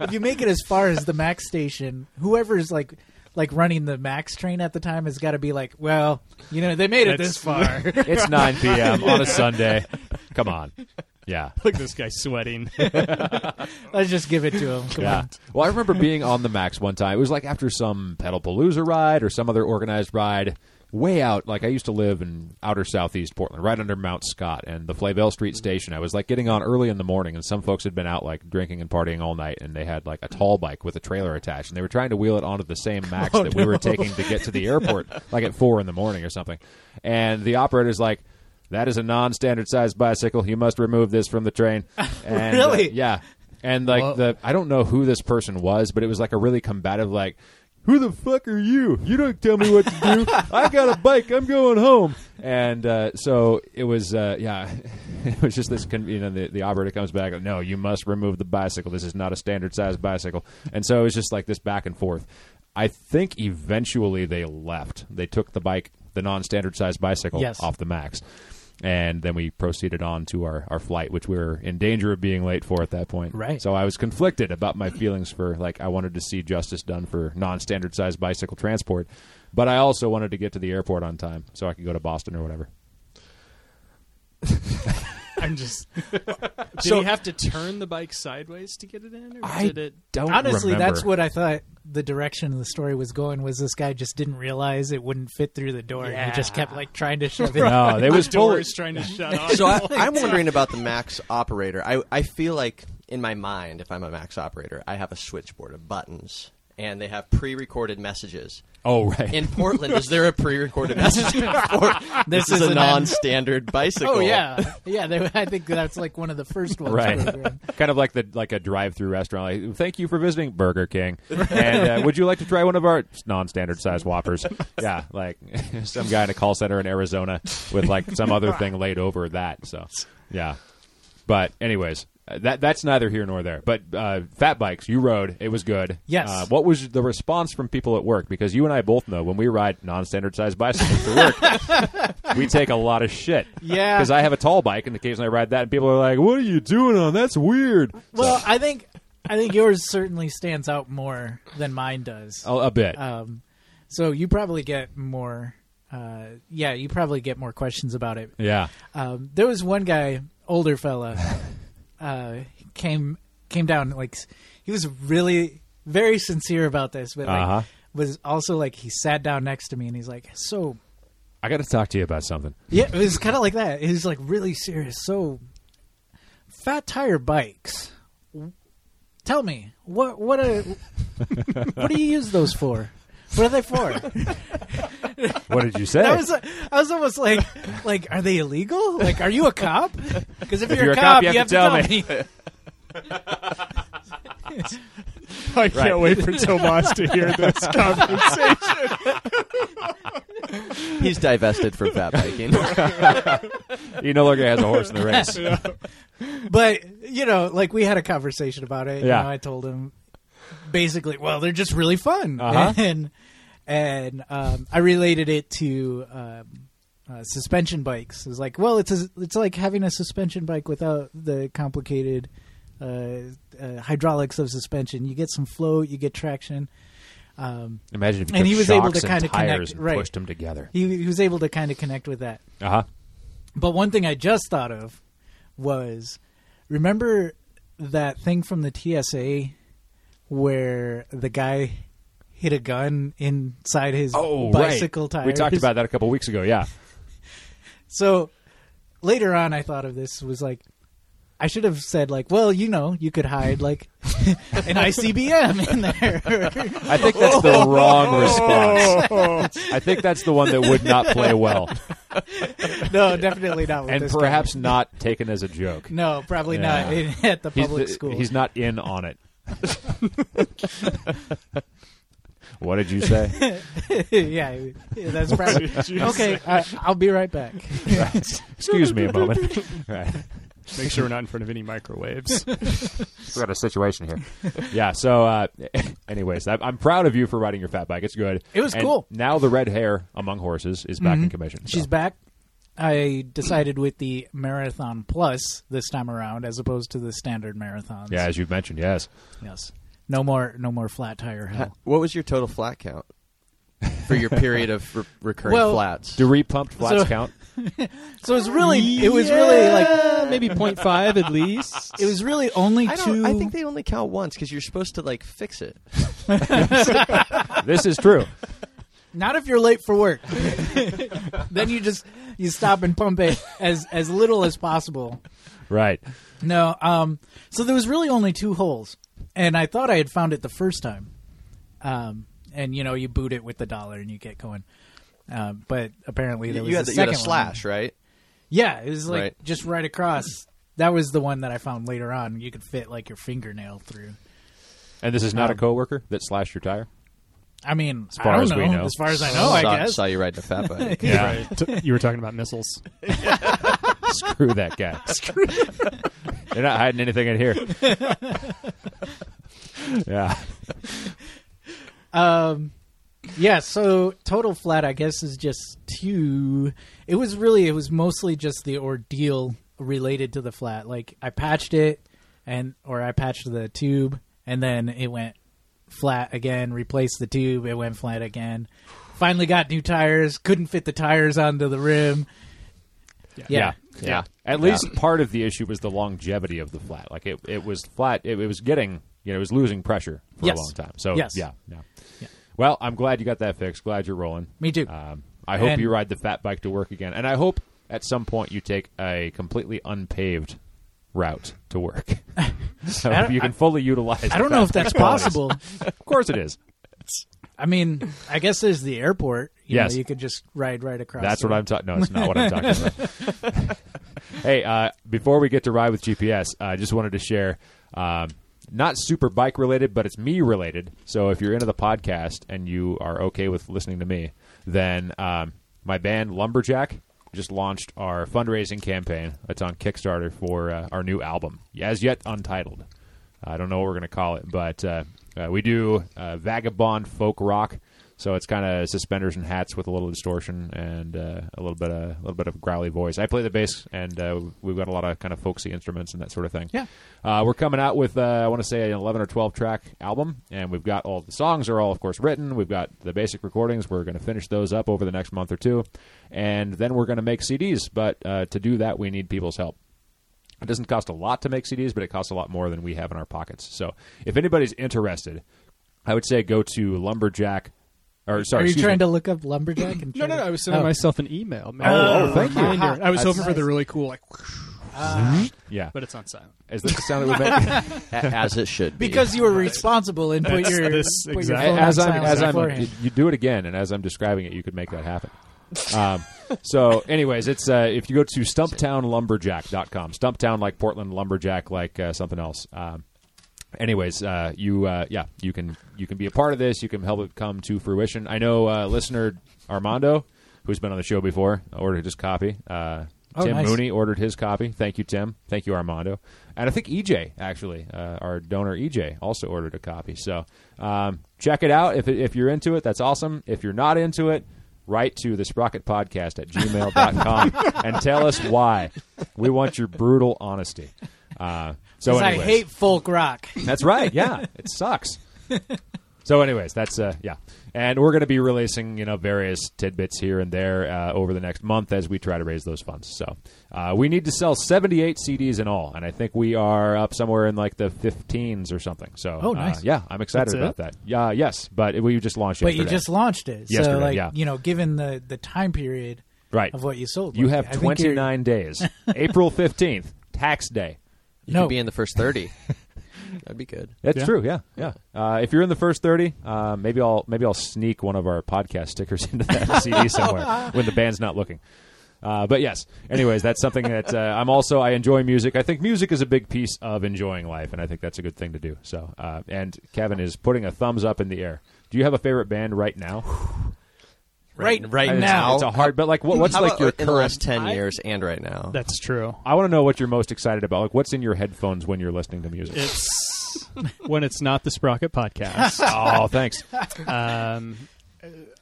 Speaker 2: if you make it as far as the Max station, whoever's like like running the Max train at the time has got to be like, well, you know, they made it
Speaker 4: That's-
Speaker 2: this far.
Speaker 1: It's 9 p.m. on a Sunday. Come on. Yeah.
Speaker 4: *laughs* Look, at this guy sweating. *laughs*
Speaker 2: Let's just give it to them. Come
Speaker 1: Yeah.
Speaker 2: on.
Speaker 1: Well, I remember being on the Max one time. It was like after some Pedalpalooza ride or some other organized ride way out. Like I used to live in outer southeast Portland, right under Mount Scott and the Flavel Street station. I was like getting on early in the morning, and some folks had been out like drinking and partying all night, and they had like a tall bike with a trailer attached, and they were trying to wheel it onto the same Max that we were taking to get to the airport, like at four in the morning or something. And the operator's like. That is a non-standard sized bicycle. You must remove this from the train. And, uh,
Speaker 2: Really?
Speaker 1: yeah. And like
Speaker 4: Whoa.
Speaker 1: the I don't know who this person was, but it was like a really combative like who the fuck are you? You don't tell me what to do. I got a bike. I'm going home. And uh, so it was, uh, yeah, *laughs* it was just this. Con- you know, the, the operator comes back. like, No, you must remove the bicycle. This is not a standard size bicycle. And so it was just like this back and forth. I think eventually they left. They took the bike, the non-standard size bicycle,
Speaker 2: Yes.
Speaker 1: off the max. And then we proceeded on to our, our flight, which we were in danger of being late for at that point.
Speaker 2: Right.
Speaker 1: So I was conflicted about my feelings for, like, I wanted to see justice done for non standard sized bicycle transport, but I also wanted to get to the airport on time so I could go to Boston or whatever.
Speaker 4: I'm *laughs* just. Did
Speaker 1: So-
Speaker 4: he have to turn the bike sideways to get it in, or
Speaker 1: I
Speaker 4: did it?
Speaker 1: don't
Speaker 2: Honestly,
Speaker 1: remember.
Speaker 2: that's what I thought the direction the story was going was this guy just didn't realize it wouldn't fit through the door. and He just
Speaker 4: Yeah.
Speaker 2: kept like trying to shove it.
Speaker 1: No, they was full.
Speaker 4: Doors trying to
Speaker 1: *laughs*
Speaker 4: shut off.
Speaker 3: So I, I'm wondering about the Max operator. I, I feel like in my mind, if I'm a Max operator, I have a switchboard of buttons, and they have pre-recorded messages.
Speaker 1: Oh, right.
Speaker 3: In Portland, is there
Speaker 2: *laughs*
Speaker 3: a pre-recorded message? for, this, is, a
Speaker 2: an-
Speaker 3: non-standard bicycle.
Speaker 2: Oh yeah, yeah. They, I think that's like one of the first
Speaker 1: *laughs*
Speaker 2: ones. they were
Speaker 1: Right,
Speaker 2: in.
Speaker 1: kind of like the like a drive-through restaurant. Like, Thank you for visiting Burger King, and uh, would you like to try one of our non-standard size Whoppers? Yeah, like *laughs* some guy in a call center in Arizona with like some other thing laid over that. So yeah, but anyways, uh, that that's neither here nor there. But uh, fat bikes, you rode, it was good.
Speaker 2: Yes.
Speaker 1: Uh, what was the response from people at work? Because you and I both know when we ride non-standard size bicycles to work, we take a lot of shit.
Speaker 2: Yeah.
Speaker 1: because I have a tall bike, and occasionally I ride that, and people are like, "What are you doing on? That's weird."
Speaker 2: Well, I think I think yours certainly stands out more than mine does.
Speaker 1: A, a bit.
Speaker 2: Um, so you probably get more. Uh, yeah, you probably get more questions about it.
Speaker 1: yeah.
Speaker 2: Um, there was one guy,
Speaker 1: *laughs*
Speaker 2: older fella, uh, came came down like he was really very sincere about this, but like,
Speaker 1: Uh-huh.
Speaker 2: was also like he sat down next to me and he's like, so
Speaker 1: I got to talk to you about something.
Speaker 2: yeah, it was kind of like that. It was like really serious. So, fat tire bikes. Tell me what
Speaker 1: *laughs*
Speaker 2: what a, what do you use those for? What are
Speaker 1: *laughs*
Speaker 2: they for?
Speaker 1: What did
Speaker 2: *laughs*
Speaker 1: you say?
Speaker 2: I was I was almost like like are they illegal? Like are you a cop? Because if,
Speaker 1: you're a cop, you have to tell me.
Speaker 4: *laughs*
Speaker 1: *laughs*
Speaker 2: *laughs*
Speaker 4: I can't wait for Tomas to hear this conversation.
Speaker 3: he's divested from fat biking.
Speaker 2: *laughs*
Speaker 1: he no longer has a horse in the race.
Speaker 2: But you know, like we had a conversation about it.
Speaker 1: Yeah.
Speaker 2: You know, I told him basically, well, they're just really fun,
Speaker 1: Uh-huh.
Speaker 2: *laughs* and and um, I related it to um, uh, suspension bikes. It's like, well, it's a, it's like having a suspension bike without the complicated uh, uh, hydraulics of suspension. You get some float, you get traction. Um,
Speaker 1: Imagine if you
Speaker 2: *laughs* And
Speaker 1: took
Speaker 2: he was able
Speaker 1: shocks
Speaker 2: to
Speaker 1: and
Speaker 2: kinda
Speaker 1: tires
Speaker 2: connect-
Speaker 1: and
Speaker 2: right.
Speaker 1: pushed them together.
Speaker 2: he, he was able to kind of connect with that.
Speaker 1: Uh huh.
Speaker 2: But one thing I just thought of was remember that thing from the TSA where the guy hit a gun inside his
Speaker 1: Oh,
Speaker 2: bicycle
Speaker 1: right.
Speaker 2: tires?
Speaker 1: We talked about that a couple
Speaker 2: *laughs*
Speaker 1: weeks ago. Yeah.
Speaker 2: So later on, I thought of this was like, I should have said like, well, you know, you could hide like *laughs* an ICBM in there. *laughs*
Speaker 1: I think that's the wrong
Speaker 2: *laughs*
Speaker 1: response. I think that's the one that would not play well,
Speaker 2: no, definitely not. With
Speaker 1: and
Speaker 2: this
Speaker 1: perhaps not taken as a joke.
Speaker 2: guy. no, probably not
Speaker 1: Yeah.
Speaker 2: in, *laughs* at the
Speaker 1: He's
Speaker 2: public
Speaker 1: the-
Speaker 2: school.
Speaker 1: He's not in on it. what did you say?
Speaker 2: *laughs* yeah, yeah, that's
Speaker 1: *laughs*
Speaker 2: probably okay. I, I'll be right back.
Speaker 1: Excuse me a
Speaker 2: *laughs*
Speaker 1: moment. right.
Speaker 4: Make sure we're not in front of any microwaves.
Speaker 1: We got a situation here. yeah. So, uh, anyways, I, I'm proud of you for riding your fat bike. It's good.
Speaker 2: It was
Speaker 1: And
Speaker 2: cool. Mm-hmm.
Speaker 1: Now the red hair among horses is back in commission. so.
Speaker 2: She's back. I decided with the marathon plus this time around, as opposed to the standard marathons.
Speaker 1: Yeah, as you've mentioned, yes.
Speaker 2: Yes. No more. No more flat tire
Speaker 3: *laughs*
Speaker 2: hell.
Speaker 3: What was your total flat count for your period of re- recurring
Speaker 2: Well,
Speaker 3: flats?
Speaker 1: Do repumped flats
Speaker 2: So-
Speaker 1: count?
Speaker 2: So it was really, it was really like,
Speaker 4: maybe 0.5 at
Speaker 2: *laughs*
Speaker 4: least.
Speaker 2: it was really only
Speaker 3: I don't.
Speaker 2: two.
Speaker 3: I think they only count once because you're supposed to like fix it.
Speaker 1: this is true.
Speaker 2: *laughs* not if you're late for work. *laughs* then you just you stop and pump it as as little as possible.
Speaker 1: Right.
Speaker 2: No, um, so there was really only two holes, and I thought I had found it the first time. Um, and you know, you boot it with the dollar and you get going. Um, but apparently there was
Speaker 3: you, had
Speaker 2: a
Speaker 3: the, you had
Speaker 2: second
Speaker 3: a
Speaker 2: one.
Speaker 3: slash, right?
Speaker 2: Yeah, it was like
Speaker 3: Right.
Speaker 2: just right across. That was the one that I found later on. You could fit like your fingernail through.
Speaker 1: And this is not a
Speaker 2: Um,
Speaker 1: coworker that slashed your tire?
Speaker 2: I mean, as
Speaker 1: far
Speaker 2: I don't
Speaker 1: as
Speaker 2: know,
Speaker 1: we know.
Speaker 2: as far as I know, I
Speaker 3: saw,
Speaker 2: guess.
Speaker 3: saw you riding
Speaker 2: *laughs*
Speaker 3: a fat
Speaker 1: *laughs*
Speaker 3: bike.
Speaker 1: Yeah.
Speaker 4: Right. You were talking about missiles.
Speaker 1: Screw that
Speaker 2: *laughs*
Speaker 1: guy. Screw. They're not hiding anything in here. yeah.
Speaker 2: Um, yeah. So total flat, I guess, is just two. It was really, it was mostly just the ordeal related to the flat. Like I patched it, and or I patched the tube, and then it went flat again. Replaced the tube, it went flat again. Finally got new tires. Couldn't fit the tires onto the rim. Yeah.
Speaker 1: Yeah.
Speaker 3: Yeah.
Speaker 1: At least part of the issue was the longevity of the flat. Like it, it was flat. It, it was getting, you know, it was losing pressure for
Speaker 2: Yes.
Speaker 1: a long time. So
Speaker 2: Yes.
Speaker 1: yeah, yeah. Well, I'm glad you got that fixed. Glad you're rolling.
Speaker 2: Me too.
Speaker 1: Um, I hope
Speaker 2: And-
Speaker 1: you ride the fat bike to work again, and I hope at some point you take a completely unpaved route to
Speaker 2: *laughs*
Speaker 1: work, so
Speaker 2: I don't-
Speaker 1: you can fully utilize.
Speaker 2: I don't know if that's possible.
Speaker 1: *laughs* Of course, it is.
Speaker 2: I mean, I guess there's the airport. You
Speaker 1: Yes.
Speaker 2: know, you could just ride right across.
Speaker 1: That's
Speaker 2: the
Speaker 1: what I'm talking. No, it's not what I'm talking about.
Speaker 2: *laughs*
Speaker 1: hey, uh, before we get to ride with GPS, I just wanted to share. Um, not super bike related, but it's me related. So if you're into the podcast and you are okay with listening to me, then um, my band Lumberjack just launched our fundraising campaign. It's on Kickstarter for uh, our new album, as yet untitled. I don't know what we're going to call it, but uh, uh, we do uh, vagabond folk rock. So it's kind of suspenders and hats with a little distortion and uh, a little bit of a little bit of growly voice. I play the bass, and uh, we've got a lot of kind of folksy instruments and that sort of thing.
Speaker 2: Yeah.
Speaker 1: uh, we're coming out with uh, I want to say an eleven or twelve track album, and we've got all the songs are all of course written. We've got the basic recordings. We're going to finish those up over the next month or two, and then we're going to make CDs. But uh, to do that, we need people's help. It doesn't cost a lot to make CDs, but it costs a lot more than we have in our pockets. So if anybody's interested, I would say go to lumberjack. Or sorry,
Speaker 2: Are you
Speaker 1: excuse
Speaker 2: trying
Speaker 1: me.
Speaker 2: to look up lumberjack? And try
Speaker 4: No, no,
Speaker 2: to-
Speaker 4: no. I was sending
Speaker 2: Oh.
Speaker 4: myself an email. Man.
Speaker 1: Oh, oh, thank you.
Speaker 4: Reminder. I was
Speaker 1: That's
Speaker 4: hoping for the really cool, like, *laughs*
Speaker 1: Yeah,
Speaker 4: but it's on silent.
Speaker 1: is that the sound
Speaker 2: *laughs*
Speaker 1: that we make?
Speaker 3: A- as it should be.
Speaker 2: because you were responsible and put your,
Speaker 4: this
Speaker 2: put your
Speaker 4: exact-
Speaker 2: phone
Speaker 1: as
Speaker 2: on
Speaker 1: I'm
Speaker 2: silent
Speaker 1: as I'm you,
Speaker 2: beforehand.
Speaker 1: you do it again, and as I'm describing it, you could make that happen. Um, so, anyways, it's uh, if you go to stumptownlumberjack.com, Stumptown like Portland, lumberjack like uh, something else. Um, anyways, uh, you uh, yeah, you can you can be a part of this. You can help it come to fruition. I know uh, listener Armando, who's been on the show before, ordered his copy. Uh,
Speaker 2: Oh,
Speaker 1: Tim
Speaker 2: nice.
Speaker 1: Mooney ordered his copy. Thank you, Tim. Thank you, Armando. And I think EJ actually, uh, our donor EJ, also ordered a copy. So um, check it out if if you're into it. That's awesome. If you're not into it. Write to the Sprocket Podcast at
Speaker 2: *laughs*
Speaker 1: gmail.com and tell us why. We want your brutal honesty. Uh, so,
Speaker 2: 'Cause I
Speaker 1: anyways.
Speaker 2: hate folk rock.
Speaker 1: That's right. Yeah, it sucks. *laughs* So, anyways, that's uh, yeah, and we're going to be releasing you know various tidbits here and there uh, over the next month as we try to raise those funds. So, uh, we need to sell seventy-eight CDs in all, and I think we are up somewhere in like the fifteens or something. So,
Speaker 2: Oh,
Speaker 1: uh,
Speaker 2: nice.
Speaker 1: yeah, I'm excited
Speaker 4: That's it?
Speaker 1: about that. Yeah, yes, but we just launched.
Speaker 2: But you
Speaker 1: yesterday.
Speaker 2: just launched it, so
Speaker 1: Yesterday,
Speaker 2: like
Speaker 1: yeah.
Speaker 2: you know, given the the time period
Speaker 1: right
Speaker 2: of what you sold,
Speaker 1: You
Speaker 2: like,
Speaker 1: have
Speaker 2: *laughs* I think you're-
Speaker 1: twenty-nine days. April fifteenth, tax day.
Speaker 3: You
Speaker 2: No.
Speaker 3: could be in the first 30. That'd be good.
Speaker 1: That's
Speaker 4: Yeah.
Speaker 1: true. Yeah, yeah. Uh, if you're in the first thirty, uh, maybe I'll maybe I'll sneak one of our podcast stickers *laughs* into that CD somewhere when the band's not looking. Uh, but yes, anyways, that's something that uh, I'm also I enjoy music. I think music is a big piece of enjoying life, and I think that's a good thing to do. So, uh, and Kevin is putting a thumbs up in the air. Do you have a favorite band right now?
Speaker 2: Right,
Speaker 3: *sighs* right
Speaker 2: now.
Speaker 3: now.
Speaker 1: it's a hard, but like, what, what's
Speaker 3: How
Speaker 1: like
Speaker 3: about
Speaker 1: your
Speaker 3: in the last
Speaker 1: current?
Speaker 3: 10
Speaker 4: I-
Speaker 3: years and right now?
Speaker 4: That's true.
Speaker 1: I want to know what you're most excited about. Like, what's in your headphones when you're listening to music?
Speaker 4: It's when it's not the
Speaker 1: *laughs*
Speaker 4: Sprocket podcast.
Speaker 1: oh, thanks.
Speaker 4: Um,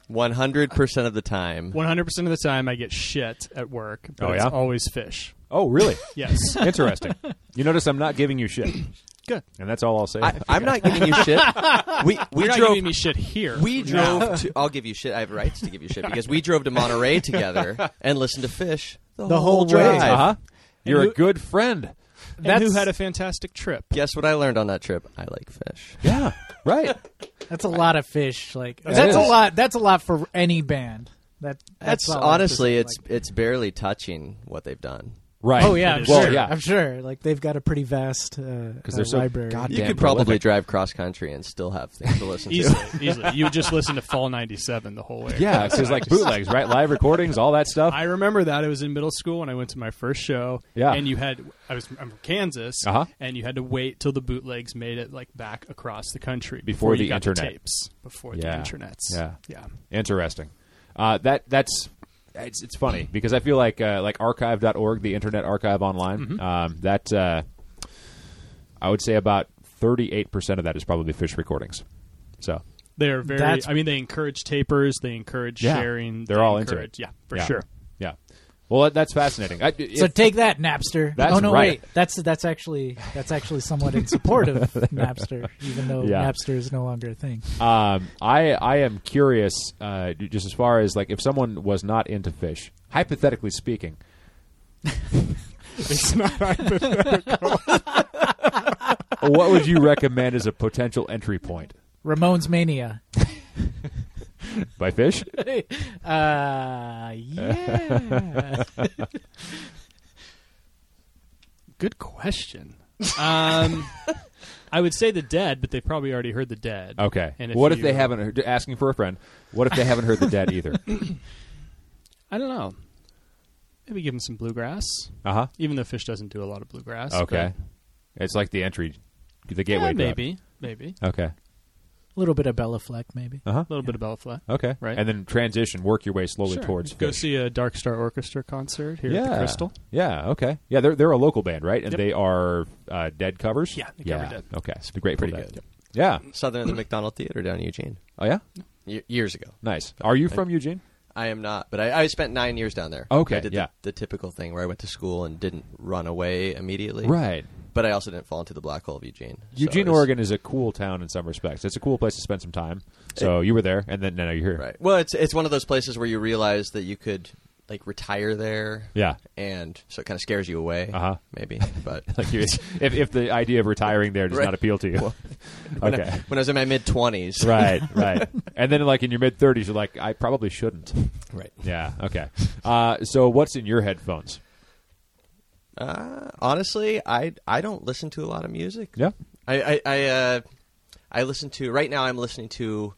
Speaker 3: 100% of the time.
Speaker 4: 100% of the time I get shit at work, but
Speaker 1: Oh,
Speaker 4: it's
Speaker 1: yeah?
Speaker 4: always fish.
Speaker 1: Oh,
Speaker 3: *laughs*
Speaker 1: really? *laughs*
Speaker 4: Yes.
Speaker 1: Interesting. You notice I'm not giving you shit.
Speaker 4: Good.
Speaker 1: And that's all I'll say. *laughs*
Speaker 3: I, I'm not giving you shit. We we
Speaker 4: You're not
Speaker 3: drove
Speaker 4: giving me shit here.
Speaker 3: we
Speaker 4: No.
Speaker 3: drove to I'll give you shit. I have rights to give you shit because we drove to Monterey together and listened to Fish the,
Speaker 2: The whole
Speaker 3: drive.
Speaker 2: way.
Speaker 1: uh-huh. You're
Speaker 4: And
Speaker 1: a
Speaker 4: who-
Speaker 1: good friend.
Speaker 4: And
Speaker 2: That's-
Speaker 4: who had a fantastic trip?
Speaker 3: Guess what I learned on that trip? I like fish.
Speaker 1: Yeah. Right.
Speaker 2: That's a lot of fish. Like
Speaker 1: That
Speaker 2: that's a
Speaker 1: is.
Speaker 2: lot. That's a lot for any band. That
Speaker 3: That's,
Speaker 2: that's all I have to
Speaker 3: honestly
Speaker 2: say,
Speaker 3: it's
Speaker 2: like-
Speaker 3: it's barely touching what they've done.
Speaker 1: Right.
Speaker 2: oh yeah,
Speaker 4: It
Speaker 2: I'm
Speaker 4: is.
Speaker 1: Well,
Speaker 2: sure.
Speaker 1: yeah.
Speaker 2: I'm sure. Like they've got a pretty vast because uh,
Speaker 1: they're so
Speaker 2: library.
Speaker 1: goddamn-
Speaker 3: You
Speaker 1: Damn
Speaker 3: could probably
Speaker 1: prolific.
Speaker 3: drive cross country and still have things to listen to.
Speaker 4: Easily,
Speaker 1: *laughs*
Speaker 4: easily. You just listened to Fall 97 the whole way.
Speaker 1: Yeah, because like bootlegs, right? Live recordings, all that stuff.
Speaker 4: I remember that. I was in middle school when I went to my first show.
Speaker 1: Yeah.
Speaker 4: And you had, I was, I'm from Kansas.
Speaker 1: Uh-huh.
Speaker 4: And you had to wait till the bootlegs made it like back across the country
Speaker 1: Before
Speaker 4: you
Speaker 1: the
Speaker 4: got
Speaker 1: internet.
Speaker 4: tapes. Before
Speaker 1: Yeah.
Speaker 4: the internets.
Speaker 1: Yeah.
Speaker 4: Yeah.
Speaker 1: Interesting. Uh, that that's it's, it's funny because I feel like uh, like archive.org, the Internet Archive online, um, that uh, I would say about 38% of that is probably fish recordings. So,
Speaker 4: They are very.
Speaker 2: That's-
Speaker 4: I mean, they encourage tapers. They encourage
Speaker 1: Yeah.
Speaker 4: sharing.
Speaker 1: They're
Speaker 4: they
Speaker 1: all into
Speaker 4: encourage,
Speaker 1: it.
Speaker 4: Yeah, for
Speaker 1: yeah.
Speaker 4: sure.
Speaker 1: Yeah. Well, that- that's fascinating. I,
Speaker 2: So
Speaker 1: if-
Speaker 2: take that, Napster.
Speaker 1: That's
Speaker 2: oh no,
Speaker 1: right.
Speaker 2: wait. That's that's actually that's actually somewhat in support
Speaker 1: *laughs*
Speaker 2: of Napster, even though
Speaker 1: Yeah.
Speaker 2: Napster is no longer a thing.
Speaker 1: Um, I I am curious, uh, just as far as like if someone was not into fish, hypothetically speaking.
Speaker 4: It's not
Speaker 1: what would you recommend as a potential entry point
Speaker 2: Ramones Mania.
Speaker 1: by fish?
Speaker 2: uh,
Speaker 1: *laughs*
Speaker 2: yeah.
Speaker 4: good question. Um, *laughs* I would say the dead, but they probably already heard the dead.
Speaker 1: Okay.
Speaker 4: And if
Speaker 1: what if
Speaker 4: you-
Speaker 1: they haven't heard, asking for a friend? What if they haven't heard the dead either?
Speaker 4: *laughs* I don't know. Maybe give them some bluegrass,
Speaker 1: Uh huh.
Speaker 4: even though Fish doesn't do a lot of bluegrass.
Speaker 1: Okay.
Speaker 4: but-
Speaker 1: It's like the entry, the
Speaker 4: Yeah,
Speaker 1: gateway. drug.
Speaker 4: maybe, maybe
Speaker 1: Okay.
Speaker 2: A little bit of Bella Fleck, maybe.
Speaker 1: Uh huh.
Speaker 4: a little bit of Bella Fleck.
Speaker 1: Okay.
Speaker 4: Right.
Speaker 1: And then transition, work your way slowly
Speaker 4: Sure.
Speaker 1: towards
Speaker 4: Go
Speaker 1: fish.
Speaker 4: see a Dark Star Orchestra concert here at
Speaker 1: yeah.
Speaker 4: the Crystal.
Speaker 1: Yeah. Okay. Yeah. They're they're a local band, right? And
Speaker 4: Yep.
Speaker 1: they are uh, dead covers.
Speaker 4: Yeah, they cover
Speaker 1: yeah.
Speaker 4: Dead.
Speaker 1: Okay. The Grateful
Speaker 3: Pretty
Speaker 1: Dead.
Speaker 3: good.
Speaker 1: Yeah.
Speaker 3: Southern of the McDonald Theater down in Eugene.
Speaker 1: Oh yeah.
Speaker 3: Y- years ago.
Speaker 1: Nice. Are you from Eugene?
Speaker 3: I am not, but I, I spent nine years down there.
Speaker 1: Okay,
Speaker 3: I did
Speaker 1: yeah.
Speaker 3: the, the typical thing where I went to school and didn't run away immediately.
Speaker 1: Right.
Speaker 3: But I also didn't fall into the black hole of Eugene. So
Speaker 1: Eugene,
Speaker 3: it was-
Speaker 1: Oregon is a cool town in some respects. It's a cool place to spend some time. So you were there, and then now you're here.
Speaker 3: Right. Well, it's it's one of those places where you realize that you could like retire there.
Speaker 1: Yeah.
Speaker 3: And so it kind of scares you away.
Speaker 1: Uh-huh. *laughs*
Speaker 3: Maybe, but
Speaker 1: *laughs* Like you, if, if the idea of retiring there does
Speaker 3: Right.
Speaker 1: not appeal to you. *laughs*
Speaker 3: when,
Speaker 1: okay.
Speaker 3: I, when I was in my mid twenties,
Speaker 1: right, right. And then like in your mid 30s, you're like, I probably shouldn't.
Speaker 3: *laughs* right.
Speaker 1: Yeah, okay. Uh, so what's in your headphones?
Speaker 3: Uh, honestly, I I don't listen to a lot of music.
Speaker 1: Yeah.
Speaker 3: I I I, uh, I listen to right now. I'm listening to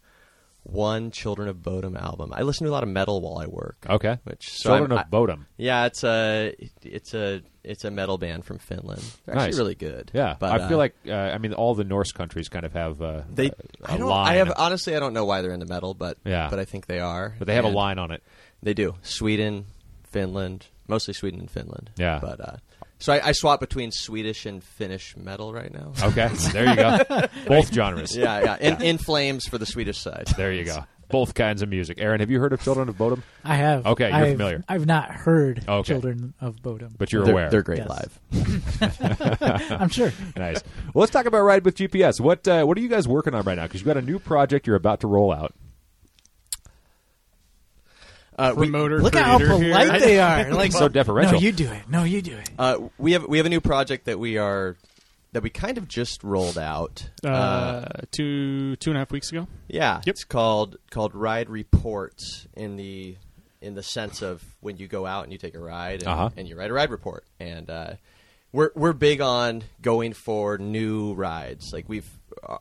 Speaker 3: one Children of Bodom album. I listen to a lot of metal while I work.
Speaker 1: Okay.
Speaker 3: Which so
Speaker 1: Children
Speaker 3: I'm-
Speaker 1: of Bodom.
Speaker 3: I- yeah, it's a it's a it's a metal band from Finland. They're
Speaker 1: Nice.
Speaker 3: actually really good.
Speaker 1: Yeah,
Speaker 3: but,
Speaker 1: I feel
Speaker 3: uh,
Speaker 1: like uh, I mean all the Norse countries kind of have uh,
Speaker 3: they.
Speaker 1: a- a
Speaker 3: I don't.
Speaker 1: line,
Speaker 3: I have honestly. I don't know why they're into metal, but
Speaker 1: Yeah.
Speaker 3: but I think they are.
Speaker 1: but they have a
Speaker 3: And
Speaker 1: line on it.
Speaker 3: They do. Sweden, Finland, mostly Sweden and Finland.
Speaker 1: Yeah.
Speaker 3: But uh, so I, I swap between Swedish and Finnish metal right now.
Speaker 1: Okay, there you go. Both genres.
Speaker 3: *laughs* yeah, yeah. In, in flames for the Swedish side.
Speaker 1: There you go. Both kinds of music. Aaron, have you heard of Children of Bodom?
Speaker 2: I have.
Speaker 1: Okay, you're
Speaker 2: I've,
Speaker 1: familiar.
Speaker 2: I've not heard
Speaker 1: Okay.
Speaker 2: Children of Bodom.
Speaker 1: But you're
Speaker 3: they're,
Speaker 1: aware.
Speaker 3: they're great
Speaker 2: Yes.
Speaker 3: live.
Speaker 2: I'm sure.
Speaker 1: nice. Well, let's talk about Ride with GPS. What uh, what are you guys working on right now? Because you've got a new project you're about to roll out.
Speaker 3: Uh, we,
Speaker 4: Promoter,
Speaker 2: Look at how
Speaker 4: creator
Speaker 2: polite
Speaker 4: here.
Speaker 2: they are. Like
Speaker 1: So deferential.
Speaker 2: No, you do it. No, you do it.
Speaker 3: uh, we have we have a new project that we are that we kind of just rolled out.
Speaker 4: Uh, two two and a half weeks ago.
Speaker 3: yeah,
Speaker 4: yep.
Speaker 3: it's called called Ride Reports in the in the sense of when you go out and you take a ride and,
Speaker 1: Uh-huh.
Speaker 3: and you write a ride report and. Uh, we're we're big on going for new rides. Like we've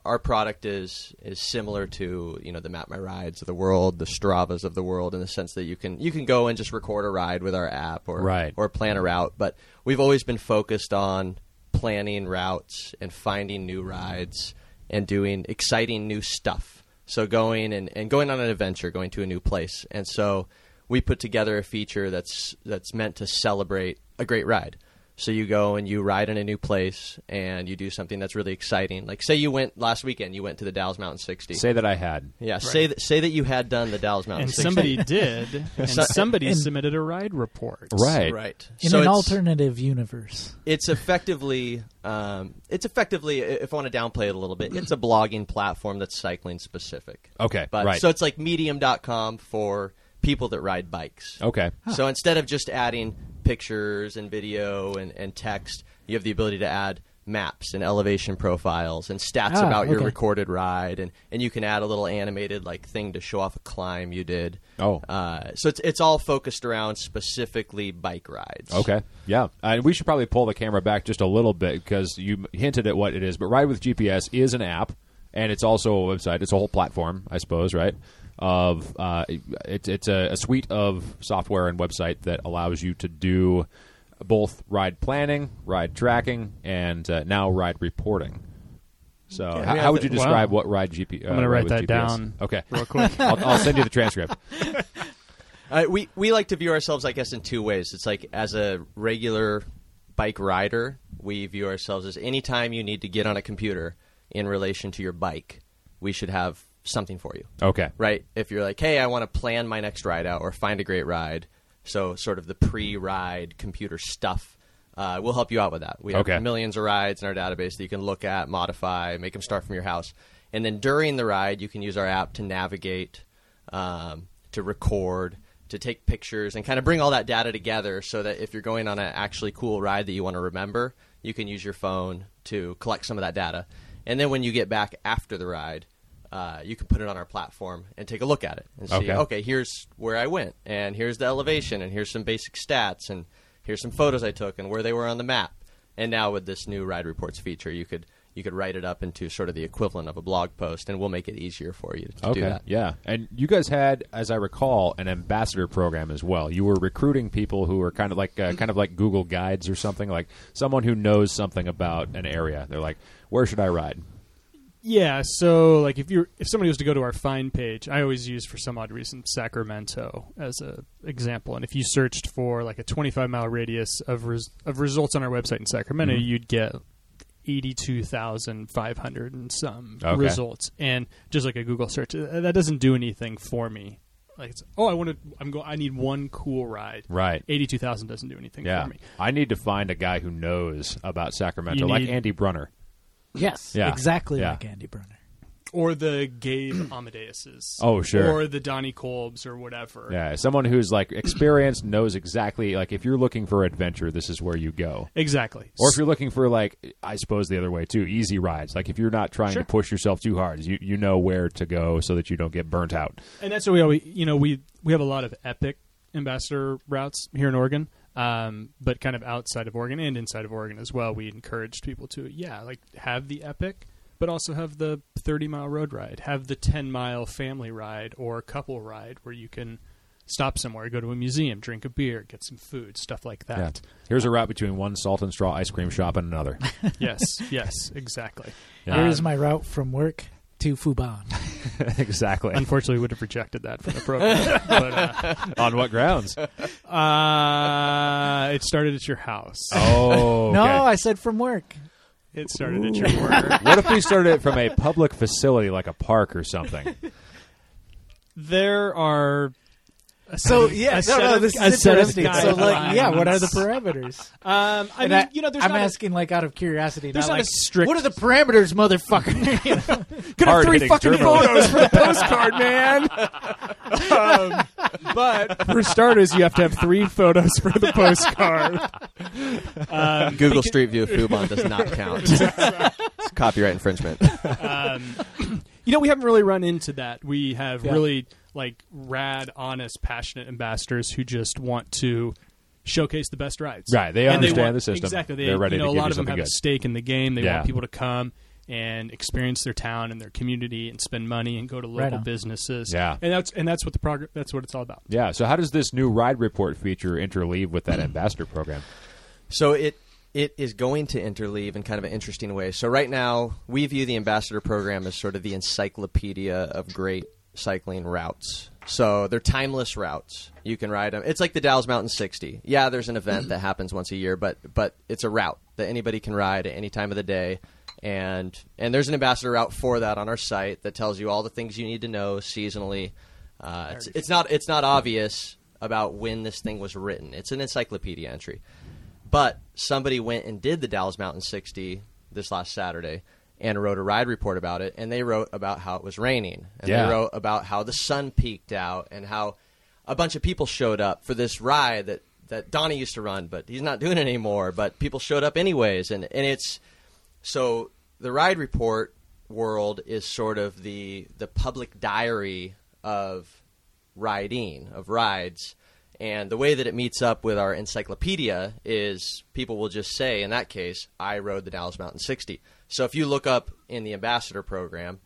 Speaker 3: our product is is similar to you know the Map My Rides of the world, the Stravas of the world, in the sense that you can you can go and just record a ride with our app or
Speaker 1: Right.
Speaker 3: or plan a route. But we've always been focused on planning routes and finding new rides and doing exciting new stuff. So going and, and going on an adventure, going to a new place. And so we put together a feature that's that's meant to celebrate a great ride. So you go and you ride in a new place and you do something that's really exciting. Like say you went last weekend, you went to the Dalles Mountain 60.
Speaker 1: Say that I had.
Speaker 3: yeah, say that say that you had done the Dalles Mountain
Speaker 4: and
Speaker 1: *laughs*
Speaker 3: 60.
Speaker 4: somebody did, and
Speaker 3: So-
Speaker 4: somebody
Speaker 2: and-
Speaker 4: submitted a ride report.
Speaker 1: Right.
Speaker 3: right
Speaker 2: in
Speaker 3: So
Speaker 2: an
Speaker 3: it's-
Speaker 2: alternative universe.
Speaker 3: it's effectively um, it's effectively i- if I want to downplay it a little bit, it's a blogging platform that's cycling specific.
Speaker 1: Okay,
Speaker 3: But
Speaker 1: right.
Speaker 3: so it's like medium.com for people that ride bikes.
Speaker 1: Okay.
Speaker 3: So instead of just adding pictures and video and, and text, you have the ability to add maps and elevation profiles and stats
Speaker 2: Ah,
Speaker 3: about your
Speaker 2: okay.
Speaker 3: recorded ride and, and you can add a little animated like thing to show off a climb you did.
Speaker 1: Oh.
Speaker 3: Uh, so it's it's all focused around specifically bike rides.
Speaker 1: Okay. Yeah. And we should probably pull the camera back just a little bit because you hinted at what it is. But Ride with GPS is an app, and it's also a website. It's a whole platform, I suppose, right? Of uh, it's it's a, a suite of software and website that allows you to do both ride planning, ride tracking, and uh, now ride reporting. So, how,
Speaker 3: mean, I
Speaker 1: how would you
Speaker 4: think-
Speaker 1: describe
Speaker 4: wow.
Speaker 1: what ride GP? Uh,
Speaker 4: I'm gonna
Speaker 1: Ride
Speaker 4: write
Speaker 1: with
Speaker 4: that
Speaker 1: GPS?
Speaker 4: down
Speaker 1: Okay, *laughs*
Speaker 4: Real quick.
Speaker 1: I'll, I'll send you
Speaker 4: *laughs*
Speaker 1: the transcript.
Speaker 3: Uh, we we like to view ourselves, I guess, in two ways. It's like as a regular bike rider, we view ourselves as anytime you need to get on a computer in relation to your bike, we should have something for you,
Speaker 1: Okay.
Speaker 3: right? If you're like, hey, I want to plan my next ride out or find a great ride, so sort of the pre-ride computer stuff. Uh, we'll help you out with that. We have
Speaker 1: Okay.
Speaker 3: millions of rides in our database that you can look at, modify, make them start from your house, and then during the ride, you can use our app to navigate um, to record, to take pictures, and kind of bring all that data together so that if you're going on an actually cool ride that you want to remember, you can use your phone to collect some of that data. And then when you get back after the ride, uh, you can put it on our platform and take a look at it and see,
Speaker 1: Okay.
Speaker 3: okay. here's where I went, and here's the elevation, and here's some basic stats, and here's some photos I took, and where they were on the map. And now with this new ride reports feature, you could you could write it up into sort of the equivalent of a blog post, and we'll make it easier for you to do that.
Speaker 1: Yeah. And you guys had, as I recall, an ambassador program as well. You were recruiting people who were kind of like uh, kind of like Google guides or something, like someone who knows something about an area. They're like, "Where should I ride?"
Speaker 4: Yeah, so like if you if somebody was to go to our find page, I always use for some odd reason Sacramento as a example. And if you searched for like a 25 mile radius of res- of results on our website in Sacramento,
Speaker 1: Mm-hmm.
Speaker 4: you'd get 82,500 and some
Speaker 1: Okay.
Speaker 4: results. And just like a Google search, uh, that doesn't do anything for me. Like it's, oh, I want to I'm go I need one cool ride.
Speaker 1: Right.
Speaker 4: 82,000 doesn't do anything
Speaker 1: Yeah.
Speaker 4: for me.
Speaker 1: I need to find a guy who knows about Sacramento,
Speaker 4: You
Speaker 1: like
Speaker 4: need-
Speaker 1: Andy Brunner.
Speaker 2: Yes,
Speaker 1: Yeah.
Speaker 2: exactly
Speaker 1: Yeah.
Speaker 2: like Andy Brunner.
Speaker 4: Or the Gabe *clears throat* Amadeuses.
Speaker 1: Oh, sure.
Speaker 4: Or the Donnie Kolbs or whatever.
Speaker 1: Yeah, someone who's like experienced knows exactly like if you're looking for adventure, this is where you go.
Speaker 4: Exactly.
Speaker 1: Or if you're looking for like, I suppose the other way too, easy rides. Like if you're not trying
Speaker 4: Sure.
Speaker 1: to push yourself too hard, you you know where to go so that you don't get burnt out.
Speaker 4: and that's what we always, you know, we we have a lot of epic ambassador routes here in Oregon, um, but kind of outside of Oregon and inside of Oregon as well. We encourage people to, yeah, like have the epic, but also have the thirty mile road ride, have the ten mile family ride or couple ride where you can stop somewhere, go to a museum, drink a beer, get some food, stuff like
Speaker 1: Yeah.
Speaker 4: that.
Speaker 1: Here's a route between one salt and straw ice cream shop and another.
Speaker 4: *laughs* yes, yes, exactly.
Speaker 1: Yeah.
Speaker 2: Here is
Speaker 4: Um,
Speaker 2: my route from work to Fuban.
Speaker 1: *laughs* exactly.
Speaker 4: *laughs* Unfortunately, would have rejected that from the program. but, uh,
Speaker 1: On what grounds?
Speaker 4: Uh, it started at your house.
Speaker 1: *laughs* Oh.
Speaker 2: No,
Speaker 1: okay.
Speaker 2: I said from work.
Speaker 4: It started at your work.
Speaker 1: What if we started it from a public facility like a park or something?
Speaker 4: *laughs* There are. a
Speaker 2: So *laughs*
Speaker 4: set of-
Speaker 2: yeah,
Speaker 4: a
Speaker 2: no,
Speaker 4: set
Speaker 2: no,
Speaker 4: of-
Speaker 2: this
Speaker 4: a
Speaker 2: is
Speaker 4: set of
Speaker 2: interesting. So
Speaker 1: *laughs*
Speaker 2: like, yeah, what are the
Speaker 4: guidelines.
Speaker 2: parameters?
Speaker 4: Um, I
Speaker 2: And
Speaker 4: mean, you know, there's
Speaker 2: I'm
Speaker 4: not
Speaker 2: asking like out of curiosity.
Speaker 4: There's
Speaker 2: not,
Speaker 4: not a
Speaker 2: like,
Speaker 4: strict-
Speaker 2: What are the parameters,
Speaker 4: *laughs*
Speaker 2: motherfucker? You know?
Speaker 4: A, could have
Speaker 1: Hard-hitting
Speaker 4: three fucking
Speaker 1: journalism.
Speaker 4: photos for the postcard, *laughs* man. um, *laughs* but for starters, you have to have three photos for *laughs* the postcard. Um,
Speaker 3: Google Street View of Fubon does not count. it's copyright infringement.
Speaker 4: um, you know, we haven't really run into that. We have
Speaker 2: Yeah.
Speaker 4: really like rad, honest, passionate ambassadors who just want to showcase the best rides.
Speaker 1: Right, they
Speaker 4: And
Speaker 1: understand
Speaker 4: want-
Speaker 1: the system.
Speaker 4: Exactly. They,
Speaker 1: They're ready
Speaker 4: you know,
Speaker 1: to
Speaker 4: a
Speaker 1: give
Speaker 4: lot
Speaker 1: you
Speaker 4: of them have
Speaker 1: something
Speaker 4: a
Speaker 1: good.
Speaker 4: stake in the game. They
Speaker 1: Yeah.
Speaker 4: want people to come and experience their town and their community and spend money and go to
Speaker 2: Right
Speaker 4: local
Speaker 2: on.
Speaker 4: businesses.
Speaker 1: Yeah.
Speaker 4: And that's and that's what the progr- that's what it's all about.
Speaker 1: Yeah. So how does this new ride report feature interleave with that ambassador program?
Speaker 3: So it it is going to interleave in kind of an interesting way. So right now we view the ambassador program as sort of the encyclopedia of great cycling routes. So they're timeless routes. You can ride them. It's like the Dalles Mountain 60. Yeah, there's an event that happens once a year, but but it's a route that anybody can ride at any time of the day. And and there's an ambassador route for that on our site that tells you all the things you need to know seasonally. Uh, it's, it's not it's not obvious about when this thing was written. It's an encyclopedia entry. But somebody went and did the Dallas Mountain 60 this last Saturday and wrote a ride report about it. And they wrote about how it was raining. And
Speaker 1: Yeah.
Speaker 3: they wrote about how the sun peaked out and how a bunch of people showed up for this ride that, that Donnie used to run, but he's not doing it anymore. But people showed up anyways. And, and it's so the ride report world is sort of the the public diary of riding of rides and the way that it meets up with our encyclopedia is people will just say in that case i rode the dallas mountain 60 so if you look up in the ambassador program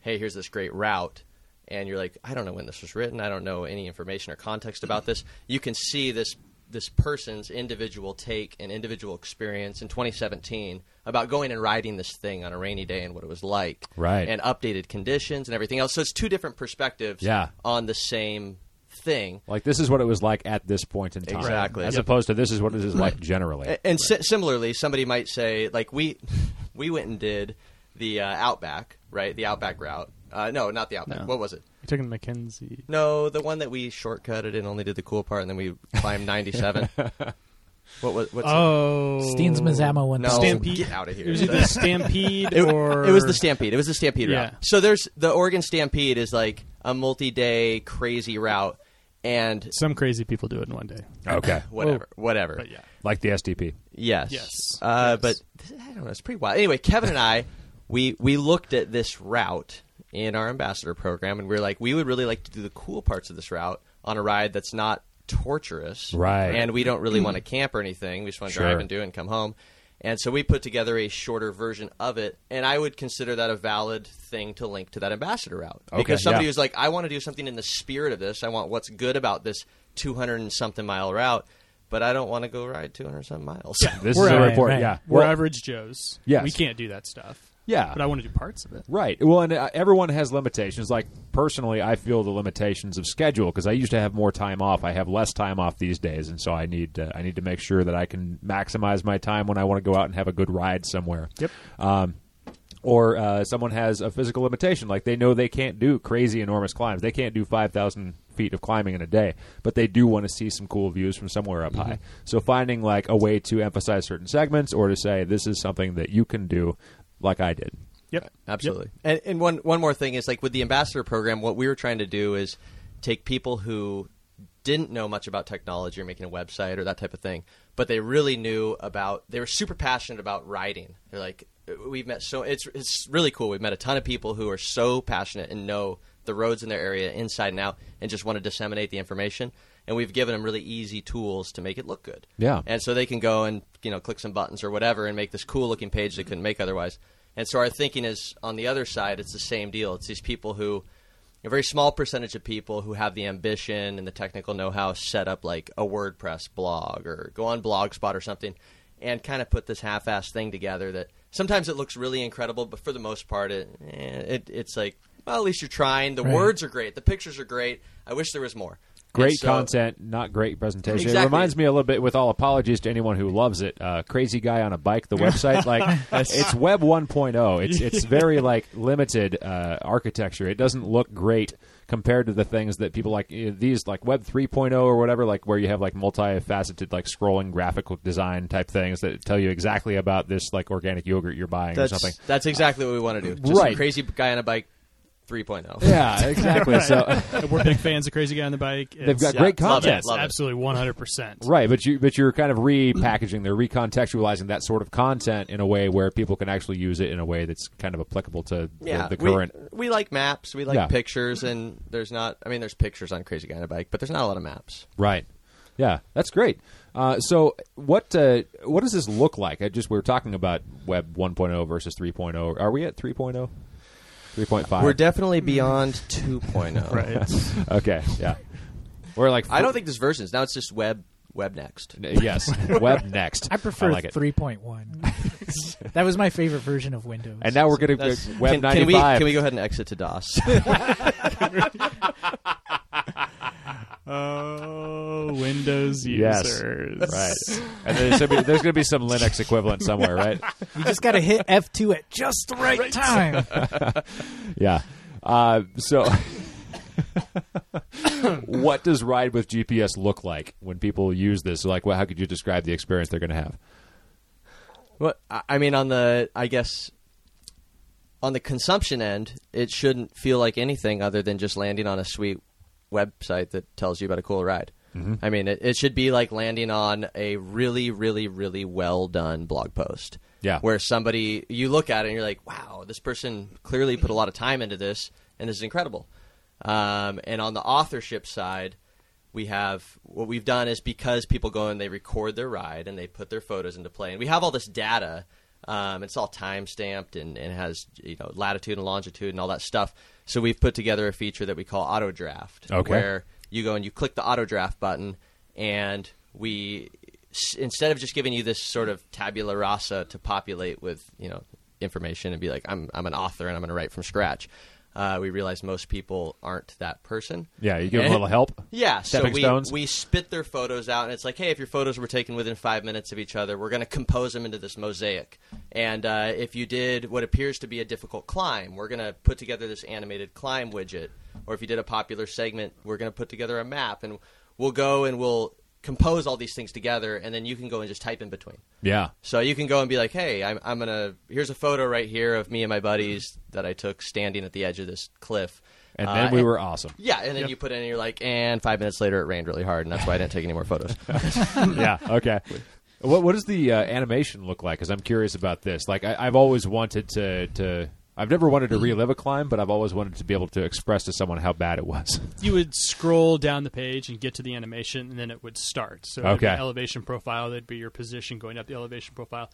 Speaker 3: hey here's this great route and you're like i don't know when this was written i don't know any information or context about this you can see this this person's individual take and individual experience in 2017 about going and riding this thing on a rainy day and what it was like
Speaker 1: Right.
Speaker 3: and updated conditions and everything else so it's two different perspectives
Speaker 1: Yeah.
Speaker 3: on the same thing
Speaker 1: Like this is what it was like at this point in time,
Speaker 3: Exactly.
Speaker 1: as
Speaker 3: Yep.
Speaker 1: opposed to this is what it is like
Speaker 3: *laughs*
Speaker 1: generally.
Speaker 3: A- And si- similarly, somebody might say, like we *laughs* we went and did the uh, Outback, right? The Outback route. Uh, no, not the Outback.
Speaker 4: No.
Speaker 3: What was it?
Speaker 4: You're taking McKenzie.
Speaker 3: No, the one that we shortcutted and only did the cool part, and then we climbed ninety seven. what was? What's it?
Speaker 4: Oh,
Speaker 2: Steens Mazama went
Speaker 3: No.
Speaker 2: to
Speaker 4: Stampede.
Speaker 3: get outta here.
Speaker 4: It
Speaker 3: *laughs*
Speaker 4: was either Stampede
Speaker 3: It,
Speaker 4: or
Speaker 3: it was the Stampede. It was the Stampede route.
Speaker 4: Yeah.
Speaker 3: So there's the Oregon Stampede is like a multi day crazy route, and
Speaker 4: Some crazy people do it in one day.
Speaker 1: okay,
Speaker 3: whatever, whatever.
Speaker 4: Oh. But yeah.
Speaker 1: like the SDP.
Speaker 3: Yes.
Speaker 4: Yes.
Speaker 3: Uh,
Speaker 4: Yes.
Speaker 3: But th- I don't know. It's pretty wild. Anyway, Kevin and I, we we looked at this route in our ambassador program, and we are like, we would really like to do the cool parts of this route on a ride that's not torturous,
Speaker 1: Right.
Speaker 3: And we don't really want to camp or anything. We just want to
Speaker 1: Sure.
Speaker 3: drive and do it and come home. And so we put together a shorter version of it, and I would consider that a valid thing to link to that ambassador route
Speaker 1: Okay,
Speaker 3: because somebody
Speaker 1: yeah.
Speaker 3: who's like, I want to do something in the spirit of this. I want what's good about this 200 and something mile route, but I don't want to go ride 200 something miles.
Speaker 1: This
Speaker 4: We're
Speaker 1: is a
Speaker 4: right,
Speaker 1: report.
Speaker 2: right.
Speaker 1: Yeah,
Speaker 4: We're
Speaker 1: Well,
Speaker 4: average Joes.
Speaker 1: Yes.
Speaker 4: we can't do that stuff.
Speaker 1: Yeah.
Speaker 4: but I want to do parts of it.
Speaker 1: Right. Well, and uh, everyone has limitations. Like personally, I feel the limitations of schedule because I used to have more time off. I have less time off these days, and so I need uh, I need to make sure that I can maximize my time when I want to go out and have a good ride somewhere. Yep. Um, or uh, someone has a physical limitation, like they know they can't do crazy enormous climbs. They can't do five thousand feet of climbing in a day, but they do want to see some cool views from somewhere up high. So finding like a way to emphasize certain segments or to say this is something that you can do, like I did.
Speaker 4: Yep,
Speaker 3: absolutely. And, and one one more thing is like with the ambassador program, what we were trying to do is take people who didn't know much about technology or making a website or that type of thing, but they really knew about. They were super passionate about writing. They're like, we've met so it's it's really cool. We've met a ton of people who are so passionate and know the roads in their area inside and out, and just want to disseminate the information. And we've given them really easy tools to make it look good.
Speaker 1: Yeah.
Speaker 3: And so they can go and you know click some buttons or whatever and make this cool looking page they couldn't make otherwise. And so our thinking is on the other side, it's the same deal. It's these people who a very small percentage of people who have the ambition and the technical know-how set up like a WordPress blog or go on Blogspot or something and kind of put this half-assed thing together that sometimes it looks really incredible, but for the most part it, eh, it it's like well, at least you're trying. The words are great. The pictures are great. I wish there was more.
Speaker 1: Great
Speaker 3: And so-
Speaker 1: content, not great presentation. It
Speaker 3: uh, Exactly.
Speaker 1: reminds me a little bit, with all apologies to anyone who loves it, uh, Crazy Guy on a Bike,
Speaker 3: *laughs*
Speaker 1: the website. like It's Web 1.0. It's, it's very like limited uh, architecture. It doesn't look great compared to the things that people like eh, these like web 3.0 or whatever like where you have like multifaceted like scrolling graphical design type things that tell you exactly about this like organic yogurt you're buying or something
Speaker 3: That's exactly what we want to do. Just
Speaker 1: Right.
Speaker 3: a crazy guy on a bike oh. 3.0.
Speaker 1: yeah exactly
Speaker 3: *laughs*
Speaker 1: so
Speaker 4: And Uh, we're big fans of Crazy Guy on the Bike.
Speaker 1: they've
Speaker 4: It's-
Speaker 1: got
Speaker 3: Yeah,
Speaker 1: great
Speaker 3: love it,
Speaker 1: content
Speaker 3: love it.
Speaker 4: absolutely one hundred percent.
Speaker 1: Right, but you but you're kind of repackaging, they're recontextualizing that sort of content in a way where people can actually use it in a way that's kind of applicable to
Speaker 3: Yeah,
Speaker 1: the, the
Speaker 3: we-
Speaker 1: current.
Speaker 3: We, like maps. We like
Speaker 1: Yeah.
Speaker 3: pictures, and there's not. I mean, there's pictures on Crazy Guy on a Bike, but there's not a lot of maps.
Speaker 1: Right. Yeah, that's great. Uh, so what uh, what does this look like? I just we were talking about Web 1.0 versus 3.0. Are we at oh? 3.0? 3.5.
Speaker 3: We're definitely beyond 2.0.
Speaker 4: *laughs* Right.
Speaker 1: okay, yeah. We're like
Speaker 3: I don't think there's versions. Now it's just web web next.
Speaker 1: *laughs* yes, Web next.
Speaker 2: I prefer
Speaker 1: like it. *laughs*
Speaker 2: 3.1. that was my favorite version of Windows.
Speaker 1: And now we're going to
Speaker 3: That's-
Speaker 1: Web
Speaker 3: can,
Speaker 1: 95.
Speaker 3: can we can we go ahead and exit to DOS?
Speaker 4: oh, Windows
Speaker 1: Yes.
Speaker 4: users.
Speaker 3: *laughs*
Speaker 1: Right. And there's going to be some Linux equivalent somewhere, right?
Speaker 2: you just got to hit F2 at just the right,
Speaker 4: *laughs*
Speaker 2: time.
Speaker 1: Yeah. Uh, so, *laughs* what does ride with GPS look like when people use this? Like, well, how could you describe the experience they're going to have?
Speaker 3: Well, I I mean, on the I guess on the consumption end, it shouldn't feel like anything other than just landing on a sweet website that tells you about a cool ride. I mean, it, it should be like landing on a really, really, really well done blog post.
Speaker 1: Yeah.
Speaker 3: where somebody you look at it and you're like, wow, this person clearly put a lot of time into this, and this is incredible. Um, and on the authorship side, we have what we've done is because people go and they record their ride and they put their photos into play, and we have all this data. Um, it's all time stamped and, and has you know latitude and longitude and all that stuff. So we've put together a feature that we call auto draft,
Speaker 1: Okay.
Speaker 3: where you go and you click the auto draft button, and we s- instead of just giving you this sort of tabula rasa to populate with you know information and be like I'm I'm an author and I'm going to write from scratch, uh, we realize most people aren't that person.
Speaker 1: Yeah, you give them
Speaker 3: And-
Speaker 1: a little help.
Speaker 3: yeah,
Speaker 1: Stepping
Speaker 3: so we,
Speaker 1: stones.
Speaker 3: we spit their photos out, and it's like, hey, if your photos were taken within five minutes of each other, we're going to compose them into this mosaic. And uh, if you did what appears to be a difficult climb, we're going to put together this animated climb widget. Or if you did a popular segment, we're going to put together a map, and we'll go and we'll compose all these things together, and then you can go and just type in between.
Speaker 1: Yeah.
Speaker 3: So you can go and be like, hey, I'm, I'm gonna. Here's a photo right here of me and my buddies that I took standing at the edge of this cliff.
Speaker 1: And
Speaker 3: Uh,
Speaker 1: then we were awesome.
Speaker 3: yeah, and then you put it in and you're like, and five minutes later it rained really hard, and that's why I didn't take any more photos.
Speaker 1: yeah. Okay. What What does the uh, animation look like? Because I'm curious about this. Like, I, I've always wanted to to. I've never wanted to relive a climb, but I've always wanted to be able to express to someone how bad it was. *laughs*
Speaker 4: You would scroll down the page and get to the animation, and then it would start. So there'd be
Speaker 1: Okay.
Speaker 4: an elevation profile, there'd be your position going up the elevation profile,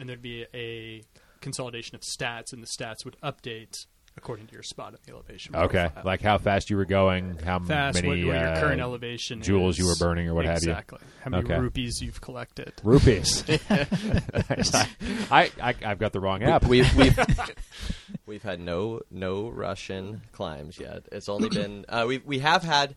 Speaker 4: and there'd be a consolidation of stats, and the stats would update according to your spot on the elevation.
Speaker 1: Okay,
Speaker 4: profile.
Speaker 1: like how fast you were going, how m-
Speaker 4: fast, what,
Speaker 1: many
Speaker 4: what your
Speaker 1: uh,
Speaker 4: current elevation,
Speaker 1: joules
Speaker 4: is.
Speaker 1: you were burning or what have you.
Speaker 4: Exactly. How many
Speaker 1: Okay.
Speaker 4: rupees you've collected?
Speaker 1: rupees. I, I I've got the wrong app.
Speaker 3: we've we've we've had no no Russian climbs yet. It's only been uh, we we have had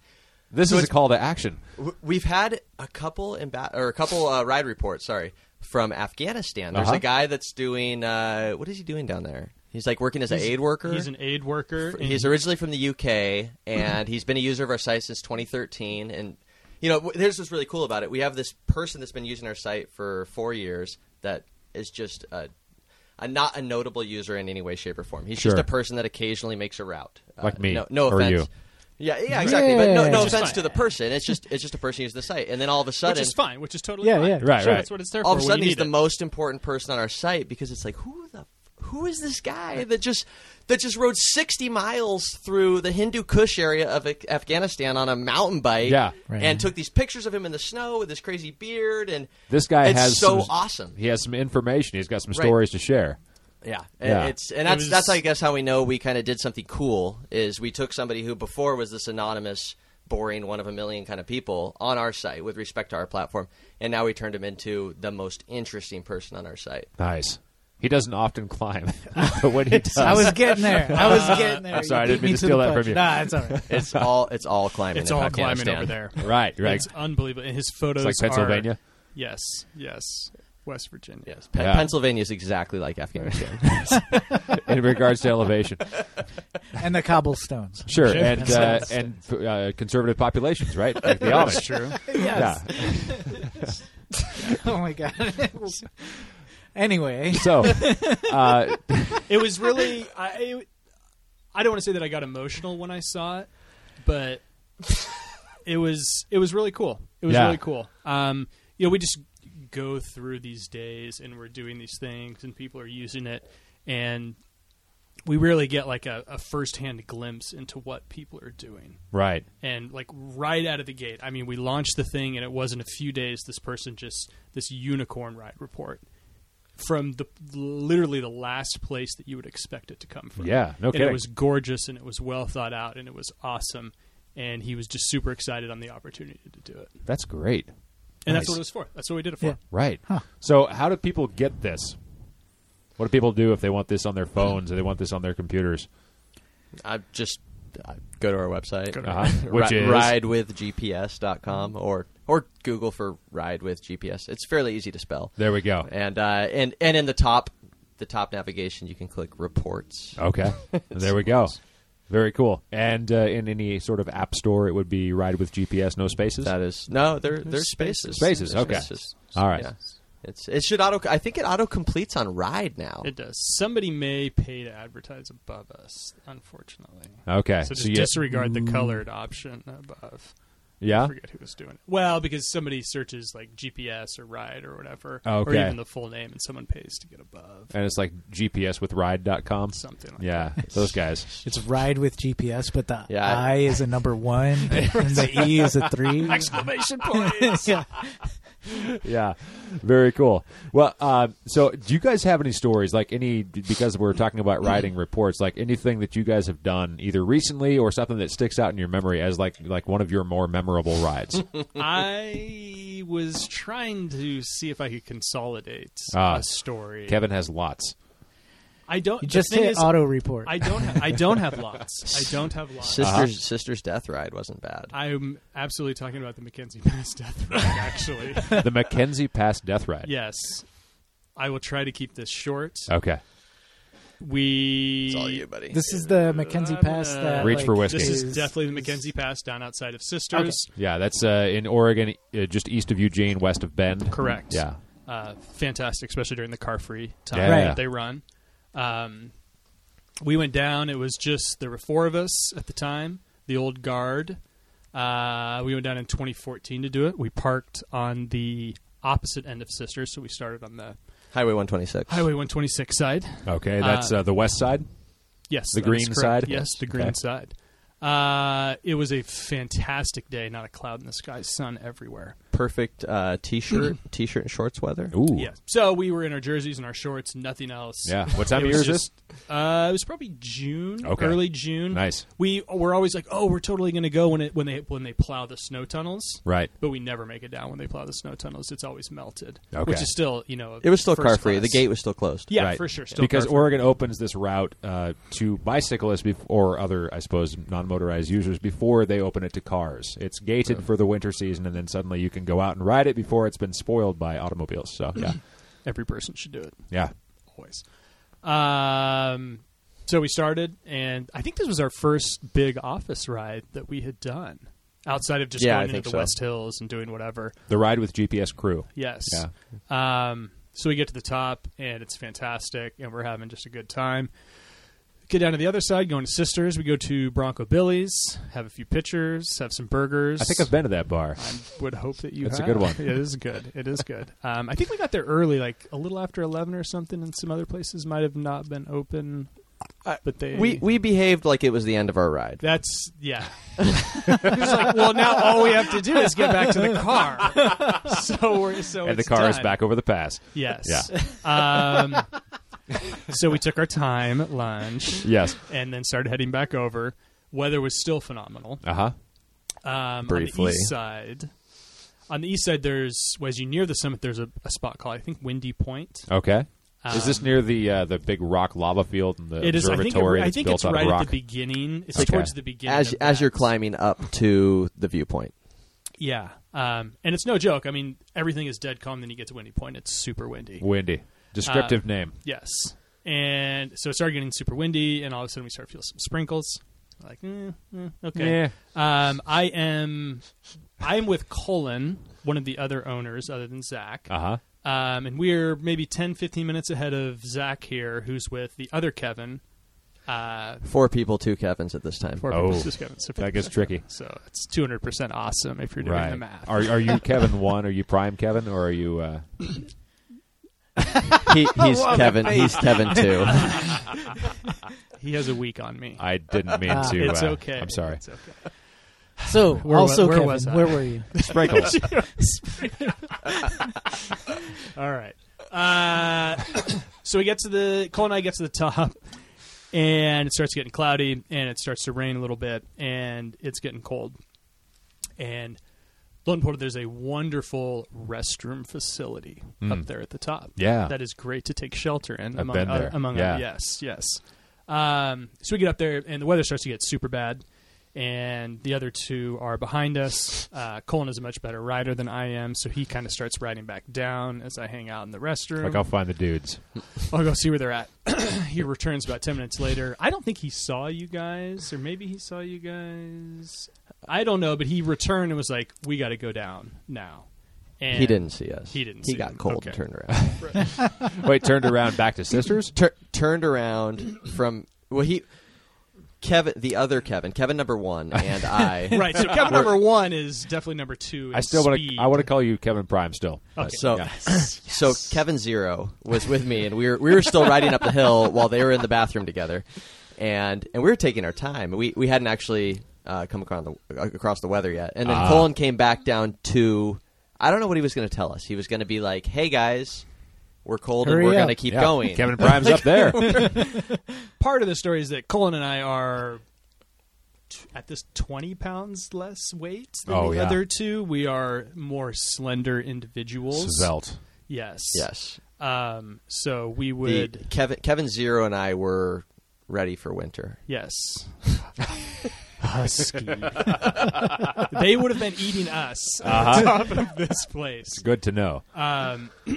Speaker 1: this is a call to action.
Speaker 3: w- we've had a couple imba- or a couple uh, ride reports. Sorry, from Afghanistan. There's
Speaker 1: Uh-huh.
Speaker 3: a guy that's doing uh, what is he doing down there? He's like working as an aid worker.
Speaker 4: He's an aid worker.
Speaker 3: fr-
Speaker 4: and
Speaker 3: he's originally from the UK, and he's been a user of our site since 2013. And you know, w- here's what's really cool about it: we have this person that's been using our site for four years that is just a, a not a notable user in any way, shape, or form. He's
Speaker 1: Sure.
Speaker 3: just a person that occasionally makes a route, Uh,
Speaker 1: Like me,
Speaker 3: No, no
Speaker 1: or
Speaker 3: offense.
Speaker 1: you.
Speaker 3: Yeah, yeah, exactly. But no, no
Speaker 2: Yeah.
Speaker 3: offense to the person. It's just it's just a person using the site, and then all of a
Speaker 4: which
Speaker 3: sudden,
Speaker 4: is fine. Which is totally
Speaker 2: Yeah,
Speaker 4: fine.
Speaker 2: yeah.
Speaker 1: Right,
Speaker 4: Sure,
Speaker 1: right.
Speaker 4: That's what it's there
Speaker 3: all
Speaker 4: for.
Speaker 3: of a
Speaker 4: when
Speaker 3: sudden
Speaker 4: you
Speaker 3: he's
Speaker 4: need
Speaker 3: the
Speaker 4: it.
Speaker 3: most important person on our site because it's like who the f- who is this guy that just that just rode 60 miles through the Hindu Kush area of Af- Afghanistan on a mountain bike
Speaker 1: Yeah.
Speaker 2: Right.
Speaker 3: and took these pictures of him in the snow with his crazy beard and
Speaker 1: This guy
Speaker 3: it's
Speaker 1: has
Speaker 3: so
Speaker 1: some,
Speaker 3: awesome
Speaker 1: He has some information. He's got some
Speaker 3: Right.
Speaker 1: stories to share.
Speaker 3: yeah,
Speaker 1: Yeah.
Speaker 3: And it's and that's
Speaker 4: was-
Speaker 3: that's I guess how we know we kind of did something cool is we took somebody who before was this anonymous, boring one of a million kind of people on our site with respect to our platform, and now we turned him into the most interesting person on our site.
Speaker 1: Nice. He doesn't often climb, but when he
Speaker 2: *laughs*
Speaker 1: does,
Speaker 2: I was getting there.
Speaker 1: *laughs*
Speaker 2: I was getting there.
Speaker 1: I'm sorry,
Speaker 2: You
Speaker 1: I didn't
Speaker 2: beat
Speaker 1: mean
Speaker 2: me
Speaker 1: to steal
Speaker 2: the
Speaker 1: that
Speaker 2: punch.
Speaker 1: from you.
Speaker 2: Nah, it's all right.
Speaker 1: *laughs*
Speaker 3: It's
Speaker 4: *laughs*
Speaker 3: all it's all climbing.
Speaker 4: It's
Speaker 3: in
Speaker 4: all climbing
Speaker 3: Afghanistan.
Speaker 4: over there.
Speaker 1: right, right.
Speaker 4: It's unbelievable. And his photos
Speaker 1: like Pennsylvania?
Speaker 4: are- yes, yes. West Virginia.
Speaker 3: Yes, Pe-
Speaker 1: Yeah.
Speaker 3: Pennsylvania is exactly
Speaker 1: *laughs*
Speaker 3: like Afghanistan.
Speaker 1: in regards to elevation,
Speaker 2: And the cobblestones.
Speaker 1: sure,
Speaker 4: Sure.
Speaker 1: and uh,
Speaker 4: That's-
Speaker 1: and uh, conservative populations, right? Like the Amish.
Speaker 4: That's true.
Speaker 1: Yeah.
Speaker 2: *laughs* Oh
Speaker 1: *laughs*
Speaker 2: my god. anyway,
Speaker 1: So, uh,
Speaker 4: It was really. I, I don't want to say that I got emotional when I saw it, but it was it was really cool. It was
Speaker 1: Yeah.
Speaker 4: really cool. Um, you know, we just go through these days and we're doing these things, and people are using it, and we really get like a, a firsthand glimpse into what people are doing.
Speaker 1: Right.
Speaker 4: And like right out of the gate, I mean, we launched the thing, and it wasn't a few days. This person just this unicorn ride report from the literally the last place that you would expect it to come from.
Speaker 1: Yeah, no
Speaker 4: and
Speaker 1: kidding.
Speaker 4: It was gorgeous, and it was well thought out, and it was awesome. And he was just super excited on the opportunity to do it,
Speaker 1: That's great.
Speaker 4: and
Speaker 1: Nice.
Speaker 4: that's what it was for. That's what we did it for.
Speaker 2: Yeah.
Speaker 1: Right.
Speaker 2: Huh.
Speaker 1: So, how do people get this? What do people do if they want this on their phones or they want this on their computers?
Speaker 3: I just I go to our website,
Speaker 4: Go to
Speaker 1: Uh-huh. Which
Speaker 3: ri-
Speaker 1: is
Speaker 3: ridewithgps.com or or Google for ride with GPS. It's fairly easy to spell.
Speaker 1: there we go.
Speaker 3: And uh, and and in the top the top navigation, you can click reports. *laughs*
Speaker 1: Okay, there we go. Very cool. And uh, in any sort of app store, it would be Ride with GPS, no spaces.
Speaker 3: That is no, there there's spaces.
Speaker 1: Spaces,
Speaker 3: There's
Speaker 1: okay. All right.
Speaker 3: It's it should auto. I think it auto completes on ride now.
Speaker 4: It does. Somebody may pay to advertise above us, unfortunately.
Speaker 1: okay,
Speaker 4: So just
Speaker 1: you-
Speaker 4: disregard the colored option above.
Speaker 1: Yeah,
Speaker 4: I forget who was doing it. Well, because somebody searches like GPS or ride or whatever, or
Speaker 1: Oh, Okay.
Speaker 4: even the full name, and someone pays to get above
Speaker 1: and it's like GPS with Ride.com.
Speaker 4: something. like
Speaker 1: Yeah, those
Speaker 4: *laughs*
Speaker 1: guys.
Speaker 2: It's ride with GPS, but the
Speaker 3: Yeah, I-
Speaker 2: I is a number
Speaker 3: *laughs*
Speaker 2: one and the E is a three. *laughs*
Speaker 4: that. *laughs* Exclamation points!
Speaker 2: yeah.
Speaker 1: yeah, very cool. Well, uh, so do you guys have any stories like any because we're talking about riding reports, like anything that you guys have done either recently or something that sticks out in your memory as like like one of your more memorable
Speaker 4: *laughs*
Speaker 1: rides?
Speaker 4: I was trying to see if I could consolidate
Speaker 1: Ah,
Speaker 4: a story.
Speaker 1: Kevin has lots.
Speaker 4: I don't.
Speaker 2: You
Speaker 4: the
Speaker 2: just
Speaker 4: thing
Speaker 2: hit
Speaker 4: is,
Speaker 2: auto report.
Speaker 4: I don't. Ha- I don't have
Speaker 2: *laughs*
Speaker 4: lots. I don't have lots.
Speaker 3: Sister's
Speaker 1: Uh-huh.
Speaker 3: sister's death ride wasn't bad.
Speaker 4: I'm absolutely talking about the Mackenzie Pass death ride, actually.
Speaker 2: *laughs*
Speaker 1: The Mackenzie Pass Death Ride.
Speaker 4: yes. I will try to keep this short.
Speaker 1: Okay.
Speaker 4: We.
Speaker 3: it's all you, buddy.
Speaker 2: this is the Mackenzie Pass that
Speaker 1: Reach
Speaker 2: like,
Speaker 1: for whiskey.
Speaker 4: This is definitely the Mackenzie Pass down outside of Sisters.
Speaker 1: Yeah, that's uh, in Oregon, uh, just east of Eugene, west of Bend.
Speaker 4: Correct.
Speaker 1: Yeah.
Speaker 4: Uh, fantastic, especially during the car free time
Speaker 1: Yeah.
Speaker 4: that they run. Um, we went down. It was just there were four of us at the time. The old guard. Uh, we went down in 2014 to do it. We parked on the opposite end of Sisters, so we started on the
Speaker 3: Highway 126.
Speaker 4: Highway 126 side.
Speaker 1: Okay, that's uh, the west side.
Speaker 4: Yes,
Speaker 1: The
Speaker 4: that
Speaker 1: green
Speaker 4: is correct.
Speaker 1: side?
Speaker 4: Yes, the green
Speaker 1: Okay.
Speaker 4: side. Uh, it was a fantastic day. Not a cloud in the sky. Sun everywhere.
Speaker 3: Perfect uh, t-shirt, t-shirt and shorts weather.
Speaker 1: Ooh.
Speaker 4: Yeah. So we were in our jerseys and our shorts. Nothing else.
Speaker 1: Yeah. What time
Speaker 4: It
Speaker 1: of year is
Speaker 4: was
Speaker 1: this?
Speaker 4: just- Uh, it was probably June,
Speaker 1: Okay.
Speaker 4: early June.
Speaker 1: Nice.
Speaker 4: We were always like, oh, we're totally going to go when it when they when they plow the snow tunnels.
Speaker 1: Right.
Speaker 4: But we never make it down when they plow the snow tunnels. It's always melted,
Speaker 1: Okay.
Speaker 4: which is still you know
Speaker 3: It was still
Speaker 4: first
Speaker 3: car free.
Speaker 4: class.
Speaker 3: The gate was still closed.
Speaker 4: Yeah,
Speaker 1: Right.
Speaker 4: for sure. Still
Speaker 1: because
Speaker 4: car free.
Speaker 1: Oregon opens this route uh, to bicyclists bef- or other, I suppose, non-motorized users before they open it to cars. It's gated for the winter season, and then suddenly you can go out and ride it before it's been spoiled by automobiles. So
Speaker 4: *clears throat*
Speaker 1: yeah,
Speaker 4: every person should do it.
Speaker 1: yeah,
Speaker 4: always. Um, so we started, and I think this was our first big office ride that we had done outside of just
Speaker 3: Yeah, I
Speaker 4: going into
Speaker 3: think
Speaker 4: the
Speaker 3: so.
Speaker 4: West Hills and doing whatever.
Speaker 1: the ride with GPS crew.
Speaker 4: Yes.
Speaker 1: Yeah.
Speaker 4: Um, so we get to the top, and it's fantastic, and we're having just a good time. Get down to the other side, going to Sisters. We go to Bronco Billy's, have a few pictures, have some burgers.
Speaker 1: I think I've been to that bar.
Speaker 4: would hope that you.
Speaker 1: That's a
Speaker 4: have.
Speaker 1: good
Speaker 4: *laughs*
Speaker 1: one.
Speaker 4: It is good. It is good. Um, I think we got there early, like a little after eleven or something, and some other places might have not been open.
Speaker 3: I-
Speaker 4: But they
Speaker 3: We we behaved like it was the end of our ride.
Speaker 4: That's
Speaker 3: *laughs*
Speaker 4: yeah. It was like, well, now all we have to do is get back to the car. *laughs* So we're so
Speaker 1: and the
Speaker 4: Oh, it's
Speaker 1: car is
Speaker 4: done.
Speaker 1: back over the pass.
Speaker 4: Yes. *laughs* Um, so we took our time at lunch
Speaker 1: Yes.
Speaker 4: and then started heading back over. Weather was still phenomenal.
Speaker 1: Uh huh.
Speaker 4: Um, On
Speaker 3: Briefly.
Speaker 4: the east side, on the east side, there's well, as you near the summit, there's a, a spot called I think Windy Point.
Speaker 1: Okay. is this
Speaker 4: Um,
Speaker 1: near the uh, the big rock lava field and the
Speaker 4: It is. I think, it,
Speaker 1: observatory
Speaker 4: I think
Speaker 1: that's
Speaker 4: it's
Speaker 1: built out of
Speaker 4: right at
Speaker 1: rock?
Speaker 4: the beginning. It's
Speaker 1: Okay.
Speaker 4: towards the beginning.
Speaker 3: As
Speaker 4: of
Speaker 3: as you're
Speaker 4: that.
Speaker 3: climbing up to the viewpoint.
Speaker 4: Yeah, um, and it's no joke. I mean, everything is dead calm. Then you get to Windy Point. It's super windy.
Speaker 1: Windy. Descriptive
Speaker 4: Uh,
Speaker 1: name.
Speaker 4: Yes, and so it started getting super windy, and all of a sudden we start feeling some sprinkles. Like, eh, eh, okay,
Speaker 1: Yeah.
Speaker 4: um, I am, I am with Colin, one of the other owners, other than Zach,
Speaker 1: Uh
Speaker 3: Uh-huh.
Speaker 1: huh.
Speaker 4: um, and we're maybe 10, 15 minutes ahead of Zach here, who's with the other Kevin. Uh,
Speaker 3: Four people, two Kevin's at this time.
Speaker 4: four
Speaker 1: Oh.
Speaker 4: people, just Kevin. So
Speaker 1: That gets tricky.
Speaker 4: So it's two hundred percent awesome if *laughs* you're doing
Speaker 1: Right.
Speaker 4: *laughs* the math.
Speaker 1: Are are you Kevin one? Are you Prime Kevin or are you? Uh,
Speaker 3: He,
Speaker 4: *laughs*
Speaker 3: he's
Speaker 2: Love
Speaker 3: Kevin.
Speaker 2: it.
Speaker 3: He's Kevin too.
Speaker 4: He has a week on me.
Speaker 1: I
Speaker 4: *laughs*
Speaker 1: didn't mean
Speaker 2: Ah.
Speaker 1: to.
Speaker 4: it's
Speaker 1: uh,
Speaker 4: okay.
Speaker 1: I'm sorry.
Speaker 4: It's okay.
Speaker 2: So
Speaker 4: Where wa-
Speaker 2: also,
Speaker 4: where
Speaker 2: Kevin,
Speaker 4: was I?
Speaker 2: where were
Speaker 4: *laughs*
Speaker 2: you?
Speaker 1: Sprinkles. *laughs*
Speaker 4: All right. Uh, *coughs* so we get to the Cole and I get to the top, and it starts getting cloudy, and it starts to rain a little bit, and it's getting cold. And lo and behold, there's a wonderful restroom facility up there at the top.
Speaker 1: Mm. Yeah.
Speaker 4: that is great to take shelter in.
Speaker 1: I've
Speaker 4: among
Speaker 1: been
Speaker 4: oth-
Speaker 1: there.
Speaker 4: among
Speaker 1: Yeah.
Speaker 4: oth- yes, yes. Um, so we get up there, and the weather starts to get super bad. And the other two are behind us. Uh, Colin is a much better rider than I am, so he kind of starts riding back down as I hang out in the restroom.
Speaker 1: like I'll find the dudes.
Speaker 4: I'll go see where they're at. *coughs* he returns about 10 minutes later. I don't think he saw you guys, or maybe he saw you guys. I don't know, but he returned and was like, We got to go down now. And
Speaker 3: He didn't see us.
Speaker 4: He didn't
Speaker 3: He
Speaker 4: see
Speaker 3: got
Speaker 4: him.
Speaker 3: cold
Speaker 4: Okay.
Speaker 3: and turned around.
Speaker 1: Wait, turned around back to sisters.
Speaker 3: Tur- turned around from well he Kevin the other Kevin Kevin number
Speaker 4: *laughs*
Speaker 3: one and I *laughs*
Speaker 4: Right, so Kevin number one is definitely number two. in
Speaker 1: I still want
Speaker 4: speed.
Speaker 1: to. I want to call you Kevin Prime still.
Speaker 4: Okay.
Speaker 3: so
Speaker 1: Yeah.
Speaker 3: *clears throat* so Kevin zero was with me and we were we were still riding up the hill while they were in the bathroom together and and we were taking our time we we hadn't actually uh, come across the across the weather yet and then
Speaker 1: Ah.
Speaker 3: Colin came back down to I don't know what he was going to tell us he was going to be like hey guys we're cold
Speaker 2: Hurry
Speaker 3: and we're
Speaker 2: up."
Speaker 3: going to keep
Speaker 1: Yeah.
Speaker 3: going
Speaker 1: Kevin Prime's
Speaker 3: *laughs*
Speaker 1: up there.
Speaker 4: Part of the story is that Colin and I are t- at this 20 pounds less weight than
Speaker 1: Oh,
Speaker 4: the
Speaker 1: yeah.
Speaker 4: other two. We are more slender individuals.
Speaker 1: Svelte.
Speaker 4: Yes.
Speaker 3: yes
Speaker 4: Um, so we
Speaker 3: the,
Speaker 4: would.
Speaker 3: Kevin Kevin zero and I were ready for winter
Speaker 4: Yes. Husky. *laughs* they would have been eating us on top of this place.
Speaker 1: Good to know.
Speaker 4: Um, *clears throat*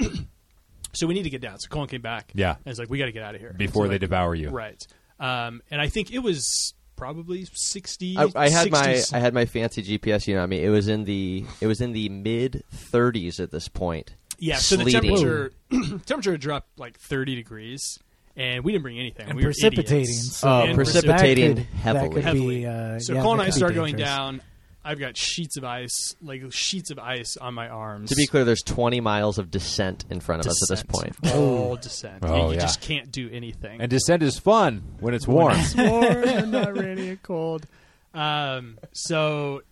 Speaker 4: so we need to get down. So Colin came back.
Speaker 1: Yeah.
Speaker 4: And was like, we got to get out of here.
Speaker 1: Before
Speaker 4: So
Speaker 1: they
Speaker 4: like-
Speaker 1: devour you.
Speaker 4: Right. Um, and I think it was probably 60.
Speaker 3: I, I had
Speaker 4: 60
Speaker 3: my I had my fancy GPS unit on me. It was in the it was in the mid 30s at this point.
Speaker 4: yeah, so the
Speaker 3: Sleeting.
Speaker 4: temperature, *clears throat* temperature had dropped like 30 degrees. And we didn't bring anything.
Speaker 2: And
Speaker 4: we were
Speaker 2: precipitating.
Speaker 4: idiots.
Speaker 2: so
Speaker 3: Oh,
Speaker 2: that
Speaker 3: precipitating
Speaker 2: could-
Speaker 3: heavily.
Speaker 2: That could
Speaker 4: heavily.
Speaker 2: be, uh,
Speaker 4: so
Speaker 2: yeah,
Speaker 4: Cole
Speaker 2: that
Speaker 4: and I
Speaker 2: could be
Speaker 4: start going
Speaker 2: dangerous.
Speaker 4: down. I've got sheets of ice, like sheets of ice on my arms.
Speaker 3: To be clear, there's 20 miles of descent in front of us at this point.
Speaker 4: Descent. All descent. You-
Speaker 1: Oh,
Speaker 4: you
Speaker 1: yeah.
Speaker 4: just can't do anything. *laughs*
Speaker 1: And descent is fun when it's warm.
Speaker 4: It's warm and not rainy and cold. Um, so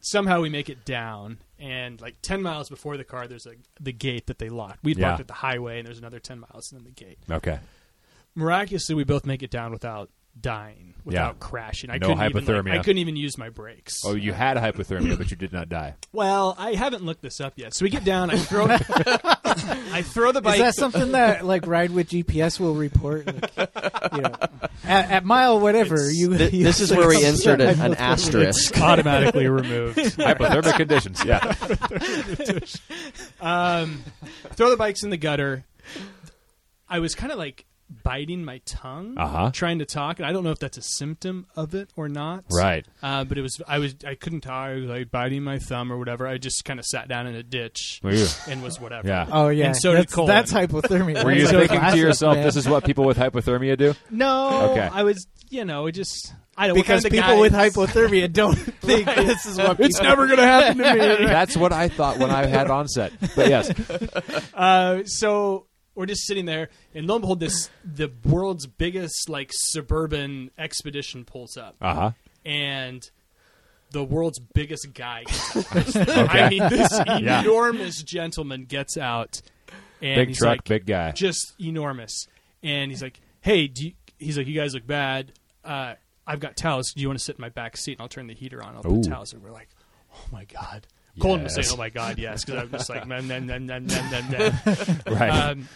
Speaker 4: somehow we make it down, and like ten miles before the car, there's like the gate that they locked. We would
Speaker 1: Yeah.
Speaker 4: locked at the highway, and there's another ten miles, and then the gate.
Speaker 1: okay.
Speaker 4: Miraculously, we both make it down without dying, without crashing. I
Speaker 1: No
Speaker 4: couldn't Even, like,
Speaker 1: hypothermia.
Speaker 4: I couldn't even use my brakes.
Speaker 1: Oh, you had hypothermia, but you did not die.
Speaker 4: Well, I haven't looked this up yet. So we get down. I throw. *laughs* I throw the bike.
Speaker 2: Is that something
Speaker 4: *laughs*
Speaker 2: that like Ride with GPS will report? Like, you know, at, at mile whatever
Speaker 4: It's-
Speaker 2: you. *laughs*
Speaker 3: Th-
Speaker 2: you
Speaker 3: this is where we
Speaker 2: Yeah,
Speaker 3: insert a,
Speaker 2: I
Speaker 3: an
Speaker 2: feel-
Speaker 3: asterisk.
Speaker 1: *laughs*
Speaker 4: automatically removed.
Speaker 1: Hypothermic conditions. *laughs* Yeah.
Speaker 4: Um, throw the bikes in the gutter. I was kind of like biting my tongue,
Speaker 1: Uh-huh.
Speaker 4: trying to talk, and I don't know if that's a symptom of it or not.
Speaker 1: Right.
Speaker 4: Uh, but it was I was I couldn't talk. I was like biting my thumb or whatever. I just kind of sat down in a ditch
Speaker 1: Ew.
Speaker 4: and was whatever.
Speaker 1: Yeah.
Speaker 2: Oh yeah,
Speaker 4: And so did
Speaker 2: that's,
Speaker 4: Colin.
Speaker 2: that's hypothermia.
Speaker 1: Were you
Speaker 2: That's like
Speaker 1: thinking to
Speaker 2: classic,
Speaker 1: yourself,
Speaker 2: man.
Speaker 1: this is what people with hypothermia do?
Speaker 4: No,
Speaker 1: Okay.
Speaker 4: I was you know it just I don't
Speaker 2: because
Speaker 4: we're
Speaker 2: people
Speaker 4: kind of the
Speaker 2: with
Speaker 4: guys-
Speaker 2: hypothermia *laughs* don't think this is what
Speaker 1: It's never going to happen
Speaker 2: *laughs*
Speaker 1: to me. That's what I thought when I had onset. But yes.
Speaker 4: Uh, so we're just sitting there, and lo and behold, this the world's biggest like suburban expedition pulls up.
Speaker 1: Uh huh.
Speaker 4: and the world's biggest guy. Gets out.
Speaker 1: *laughs*
Speaker 4: I mean, this
Speaker 1: Yeah.
Speaker 4: enormous gentleman gets out, and
Speaker 1: Big
Speaker 4: he's
Speaker 1: truck,
Speaker 4: like,
Speaker 1: big guy.
Speaker 4: just enormous. And he's like, "Hey, do you, he's like, you guys look bad. Uh, I've got towels. Do you want to sit in my back seat? And I'll turn the heater on. I'll put
Speaker 1: Ooh.
Speaker 4: towels." And we're like, "Oh my god." Colin was saying,
Speaker 1: Yes.
Speaker 4: "Oh my God, yes," because I'm just like, "Nom, nom, nom, nom, nom, nom,
Speaker 1: *laughs*
Speaker 4: nom."
Speaker 1: Right.
Speaker 4: Um,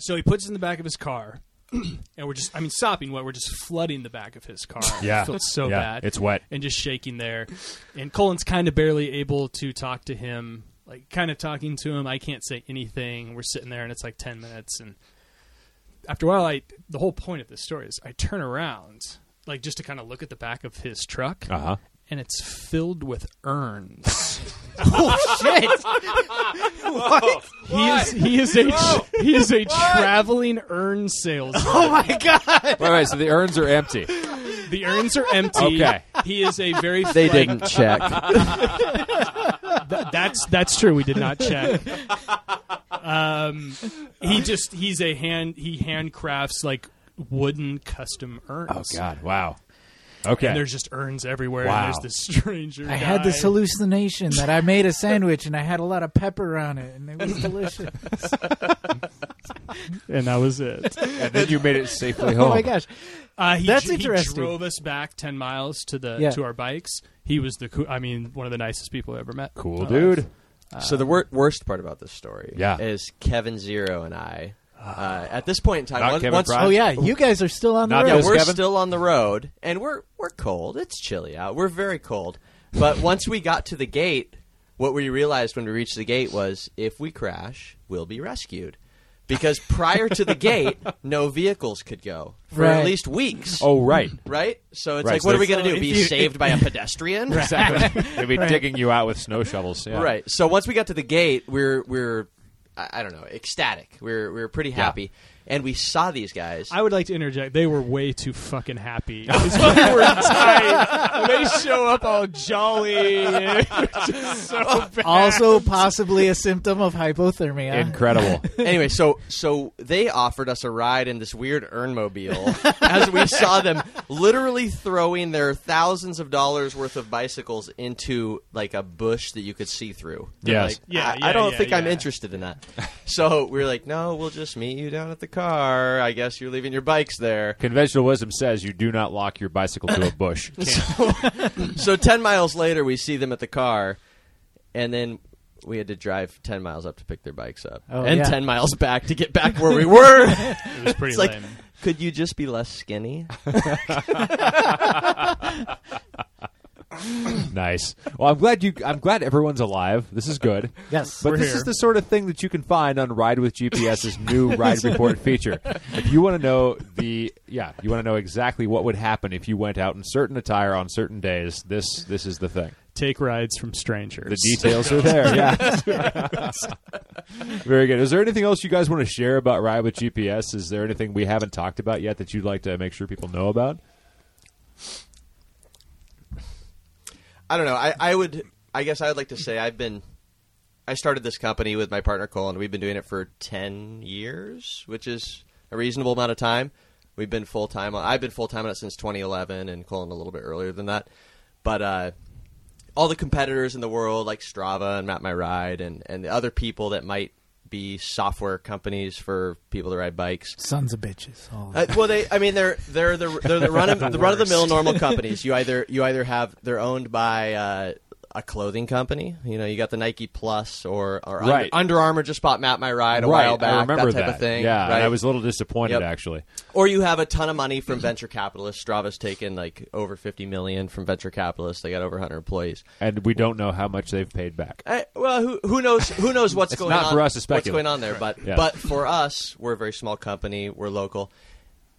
Speaker 4: so he puts it in the back of his car, *clears throat* and we're just—I mean, sopping wet. We're just flooding the back of his car.
Speaker 1: yeah.
Speaker 4: it feels so
Speaker 1: yeah.
Speaker 4: bad
Speaker 1: It's wet.
Speaker 4: and just shaking there. And Colin's kind of barely able to talk to him, like kind of talking to him. I can't say anything. We're sitting there, and it's like ten minutes. And after a while, I the whole point of this story is I turn around, like just to kind of look at the back of his truck,
Speaker 1: Uh huh.
Speaker 4: and it's filled with urns. oh shit! what? He is he is a he is a traveling urn salesman.
Speaker 2: Oh,
Speaker 1: Wait, wait. So the urns are empty.
Speaker 4: The urns are empty.
Speaker 1: Okay.
Speaker 4: He is a very
Speaker 3: They
Speaker 4: like,
Speaker 3: didn't
Speaker 4: *laughs*
Speaker 3: check.
Speaker 4: Th- that's that's true. We did not check. Um, he just he's a hand he handcrafts like wooden custom urns.
Speaker 1: Oh God! Wow. Okay.
Speaker 4: And there's just urns everywhere.
Speaker 1: Wow.
Speaker 4: And there's this stranger.
Speaker 2: I had this
Speaker 4: guy.
Speaker 2: hallucination that I made a sandwich and I had a lot of pepper on it and it was
Speaker 1: *laughs*
Speaker 2: delicious.
Speaker 4: and that was it.
Speaker 1: and then you made it safely home.
Speaker 2: oh my gosh.
Speaker 4: Uh, he,
Speaker 2: That's
Speaker 4: dr-
Speaker 2: interesting.
Speaker 4: He drove us back ten miles to the
Speaker 2: Yeah.
Speaker 4: to our bikes. He was the coo- I mean one of the nicest people I ever met.
Speaker 1: Cool,
Speaker 4: Uh,
Speaker 1: dude.
Speaker 3: so the wor- worst part about this story
Speaker 1: Yeah.
Speaker 3: is Kevin Zero and I. Uh, at this point in time,
Speaker 1: Not
Speaker 3: on-
Speaker 1: Kevin
Speaker 3: once,
Speaker 1: Fry.
Speaker 2: Oh yeah, you guys are still on the
Speaker 1: Not
Speaker 2: road.
Speaker 1: yet.
Speaker 3: yeah, we're
Speaker 1: Kevin?
Speaker 3: still on the road, and we're we're cold. It's chilly out. We're very cold.
Speaker 1: *laughs*
Speaker 3: But once we got to the gate, what we realized when we reached the gate was if we crash, we'll be rescued.
Speaker 1: *laughs*
Speaker 3: Because prior to the gate, no vehicles could go for
Speaker 2: Right.
Speaker 3: at least weeks.
Speaker 1: Oh right.
Speaker 3: Right? So it's
Speaker 1: Right,
Speaker 3: like,
Speaker 1: so
Speaker 3: what are we
Speaker 1: it's-
Speaker 3: going to do?
Speaker 4: if
Speaker 3: Be
Speaker 4: you-
Speaker 3: saved by a pedestrian?
Speaker 1: *laughs* Exactly. They'd be digging you out with snow shovels. Yeah.
Speaker 3: Right. So once we got to the gate, we're we're I I don't know, ecstatic. We're we're pretty happy, and we saw these guys.
Speaker 4: I would like to interject. They were way too fucking
Speaker 1: *laughs*
Speaker 4: happy. 'Cause we were tight. They show up all jolly. It was just so bad.
Speaker 2: Also possibly a symptom of hypothermia.
Speaker 1: Incredible.
Speaker 3: anyway, so so they offered us a ride in this weird Urnmobile *laughs* as we saw them literally throwing their thousands of dollars worth of bicycles into like a bush that you could see through. They're
Speaker 1: Yes.
Speaker 3: like,
Speaker 4: Yeah,
Speaker 3: I, I
Speaker 4: yeah,
Speaker 3: don't
Speaker 4: yeah,
Speaker 3: think I'm
Speaker 4: yeah.
Speaker 3: interested in that. So we were like, no, we'll just meet you down at the car. I guess you're leaving your bikes there.
Speaker 1: Conventional wisdom says you do not lock your bicycle to a
Speaker 4: *laughs*
Speaker 1: bush.
Speaker 3: so 10 miles later we see them at the car and then we had to drive 10 miles up to pick their bikes up
Speaker 2: Oh,
Speaker 3: and
Speaker 2: yeah.
Speaker 3: 10 miles back to get back where we were
Speaker 2: *laughs*
Speaker 4: It was pretty
Speaker 3: it's like
Speaker 4: lame.
Speaker 3: could you just be less skinny
Speaker 1: *laughs* nice. Well, I'm glad you. I'm glad everyone's alive. This is
Speaker 4: *laughs*
Speaker 1: good.
Speaker 2: Yes.
Speaker 1: But
Speaker 4: We're
Speaker 1: this
Speaker 4: here.
Speaker 1: is the sort of thing that you can find on Ride with GPS's
Speaker 4: *laughs*
Speaker 1: new Ride Report feature. If you want to know the yeah, you want to know exactly what would happen if you went out in certain attire on certain days. This this is the thing.
Speaker 4: Take rides from strangers.
Speaker 1: The
Speaker 4: *laughs*
Speaker 1: details are there. Yeah. Very good. Is there anything else you guys want to share about Ride with GPS? Is there anything we haven't talked about yet that you'd like to make sure people know about?
Speaker 3: i don't know I, I would i guess i would like to say i've been i started this company with my partner cole and we've been doing it for 10 years which is a reasonable amount of time we've been full-time on i've been full-time on it since 2011 and colin a little bit earlier than that but uh all the competitors in the world like Strava and Map My Ride and, and the other people that might be software companies for people to ride bikes.
Speaker 2: Sons of bitches. Oh. all of
Speaker 3: Uh, well, they I mean they're they're the they're
Speaker 1: *laughs*
Speaker 3: the run of, the run of the mill normal companies. You either you either have they're owned by uh, a clothing company. You know, you got the Nike Plus or or Under-
Speaker 1: Right.
Speaker 3: Under, Armour just bought Map My Ride a while back.
Speaker 1: I remember
Speaker 3: that type of thing.
Speaker 1: Yeah, and
Speaker 3: right?
Speaker 1: I was a little disappointed
Speaker 3: Yep.
Speaker 1: actually.
Speaker 3: or you have a ton of money from venture capitalists. Strava's taken like over fifty million from venture capitalists. They got over hundred employees.
Speaker 1: And we don't know how much they've paid back.
Speaker 3: I, well, who, who knows? Who knows what's
Speaker 1: It's
Speaker 3: going
Speaker 1: not
Speaker 3: on?
Speaker 1: for us to
Speaker 3: what's
Speaker 1: speculate.
Speaker 3: going on there? But
Speaker 1: Yeah.
Speaker 3: but for us, we're a very small company. We're local,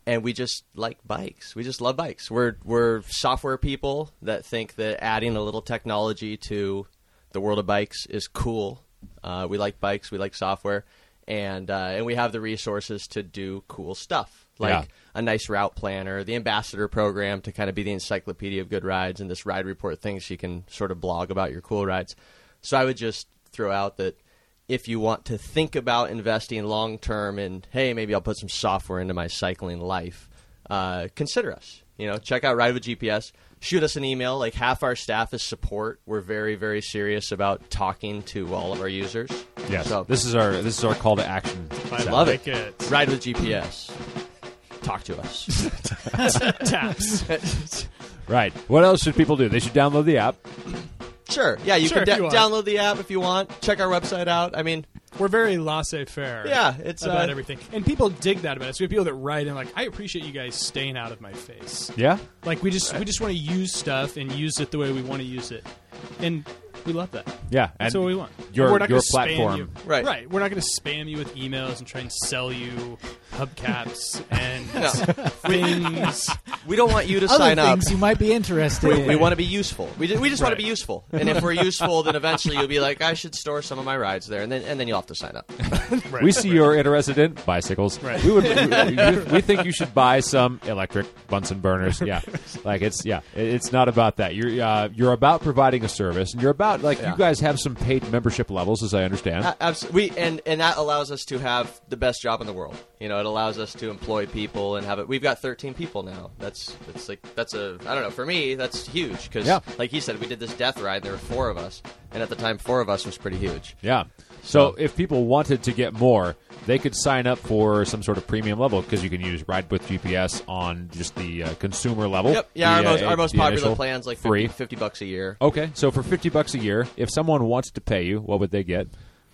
Speaker 3: and we just like bikes. We just love bikes. We're we're software people that think that adding a little technology to the world of bikes is cool. Uh, we like bikes. We like software, and uh, and we have the resources to do cool stuff like
Speaker 1: Yeah.
Speaker 3: a nice route planner, the ambassador program to kind of be the encyclopedia of good rides, and this ride report thing so you can sort of blog about your cool rides. So I would just throw out that if you want to think about investing long term and hey, maybe I'll put some software into my cycling life, uh, consider us. You know, check out Ride with GPS. Shoot us an email. Like half our staff is support. We're very, very serious about talking to all of our users.
Speaker 1: Yes.
Speaker 3: So
Speaker 1: This is our this is our call to action.
Speaker 4: I
Speaker 1: Zach.
Speaker 3: love
Speaker 4: like
Speaker 3: it.
Speaker 4: it.
Speaker 3: Ride with GPS. Talk to us.
Speaker 4: Taps.
Speaker 1: Right. What else should people do? They should download the app.
Speaker 3: Sure. Yeah, you
Speaker 4: Sure,
Speaker 3: can
Speaker 4: if you
Speaker 3: da- download
Speaker 4: want.
Speaker 3: the app if you want. Check our website out. I mean,
Speaker 4: We're very laissez-faire.
Speaker 3: Yeah, it's,
Speaker 4: about
Speaker 3: uh,
Speaker 4: everything, and people dig that about us. We have people that write in like, "I appreciate you guys staying out of my face."
Speaker 1: Yeah.
Speaker 4: Like we just we just want to use stuff and use it the way we want to use it, and we love that.
Speaker 1: Yeah.
Speaker 4: That's
Speaker 1: and
Speaker 4: what we want.
Speaker 1: Your
Speaker 4: we're not
Speaker 1: your
Speaker 4: gonna Spam you.
Speaker 1: platform.
Speaker 3: Right.
Speaker 4: Right. We're not going to spam you with emails and try and sell you
Speaker 1: *laughs*
Speaker 4: hubcaps and things.
Speaker 3: we don't want
Speaker 4: *laughs*
Speaker 3: you to
Speaker 2: other
Speaker 3: sign up.
Speaker 2: things you might
Speaker 3: *laughs*
Speaker 2: be interested
Speaker 3: We,
Speaker 2: in.
Speaker 3: we want to be useful. We, ju- we just want
Speaker 4: Right.
Speaker 3: to be useful. And if we're useful, then eventually you'll be like, I should store some of my rides there, and then and then you'll have to sign up.
Speaker 4: Right.
Speaker 1: We see you're interested in bicycles.
Speaker 4: Right.
Speaker 1: We would.
Speaker 4: *laughs*
Speaker 1: We, we think you should buy some electric Bunsen burners. Yeah, like it's yeah. it- It's not about that. You're uh, you're about providing a service, and you're about like
Speaker 3: Yeah. Uh,
Speaker 1: you guys have some paid membership membership levels, as I understand.
Speaker 3: Absolutely, and and that allows us to have the best job in the world. You know, it allows us to employ people and have it. We've got 13 people now. That's that's like that's a I don't know. For me, that's huge because
Speaker 1: Yeah.
Speaker 3: like he said, we did this death ride. There were four of us, and at the time, four of us was pretty huge.
Speaker 1: Yeah. So if people wanted to get more, they could sign up for some sort of premium level because you can use Ride with GPS on just the uh, consumer level.
Speaker 3: Yep. Yeah. Our
Speaker 1: The, uh,
Speaker 3: most, our most
Speaker 1: the
Speaker 3: popular
Speaker 1: initial
Speaker 3: plans like
Speaker 1: free. Oh.
Speaker 3: 50, 50 bucks a year.
Speaker 1: Okay, so for fifty bucks a year, if someone wants to pay you, what would they get?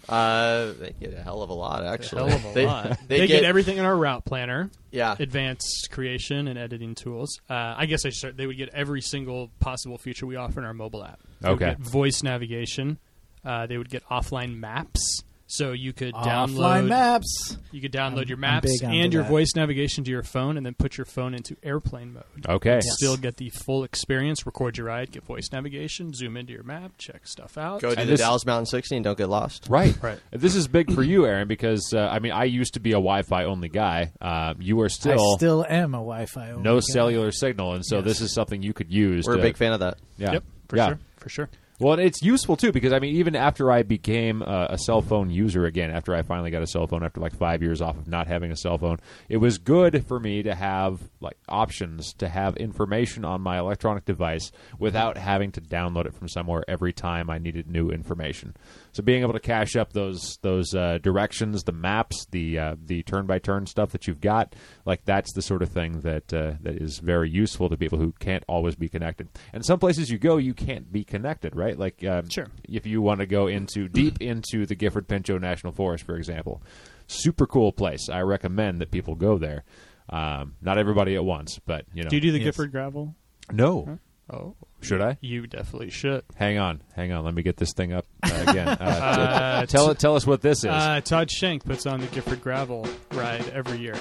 Speaker 3: Uh, they get a hell of a lot actually.
Speaker 4: Hell of a
Speaker 3: they,
Speaker 4: lot.
Speaker 3: They,
Speaker 4: get, everything in our route planner.
Speaker 3: Yeah.
Speaker 4: Advanced creation and editing tools. Uh, I guess I should start. They would get every single possible feature we offer in our mobile app. They would
Speaker 1: Okay.
Speaker 4: get voice navigation. Uh, they would get offline maps. So you could
Speaker 2: Offline
Speaker 4: download
Speaker 2: maps.
Speaker 4: You could download
Speaker 2: I'm-
Speaker 4: your
Speaker 2: I'm
Speaker 4: maps
Speaker 2: big onto
Speaker 4: and your
Speaker 2: that.
Speaker 4: voice navigation to your phone, and then put your phone into airplane mode.
Speaker 1: Okay,
Speaker 2: Yes.
Speaker 4: Still get the full experience. Record your ride, get voice navigation, zoom into your map, check stuff out.
Speaker 3: Go to
Speaker 1: And
Speaker 3: the
Speaker 1: this-
Speaker 3: Dallas Mountain 60 and don't get lost.
Speaker 1: right,
Speaker 4: Right.
Speaker 1: This is big for you, Aaron, because uh, I mean, I used to be a Wi-Fi only guy. Uh, you are still,
Speaker 2: I still am a Wi-Fi. only
Speaker 1: no
Speaker 2: guy.
Speaker 1: cellular signal, and so this is something you could use.
Speaker 3: We're a
Speaker 1: to-
Speaker 3: big fan of that.
Speaker 1: Yeah,
Speaker 4: Yep. For
Speaker 1: yeah.
Speaker 4: sure. For sure.
Speaker 1: Well, and it's useful too because I mean, even after I became uh, a cell phone user again, after I finally got a cell phone after like five years off of not having a cell phone, it was good for me to have like options to have information on my electronic device without having to download it from somewhere every time I needed new information. So being able to cache up those those uh, directions, the maps, the uh, the turn by turn stuff that you've got, like that's the sort of thing that uh, that is very useful to people who can't always be connected. And some places you go, you can't be connected, right? Like um,
Speaker 4: Sure.
Speaker 1: if you want to go into deep into the Gifford Pinchot National Forest, for example, super cool place. I recommend that people go there. Um, not everybody at once, but you know,
Speaker 4: Do you do the
Speaker 2: Yes.
Speaker 4: Gifford gravel?
Speaker 1: no.
Speaker 4: Oh,
Speaker 1: Should I?
Speaker 4: you definitely should.
Speaker 1: Hang on, hang on. Let me get this thing up *laughs* uh, again. Uh,
Speaker 4: Uh,
Speaker 1: tell tell us what this is. Uh
Speaker 4: Uh, Todd Schenk puts on the Gifford Gravel ride every year,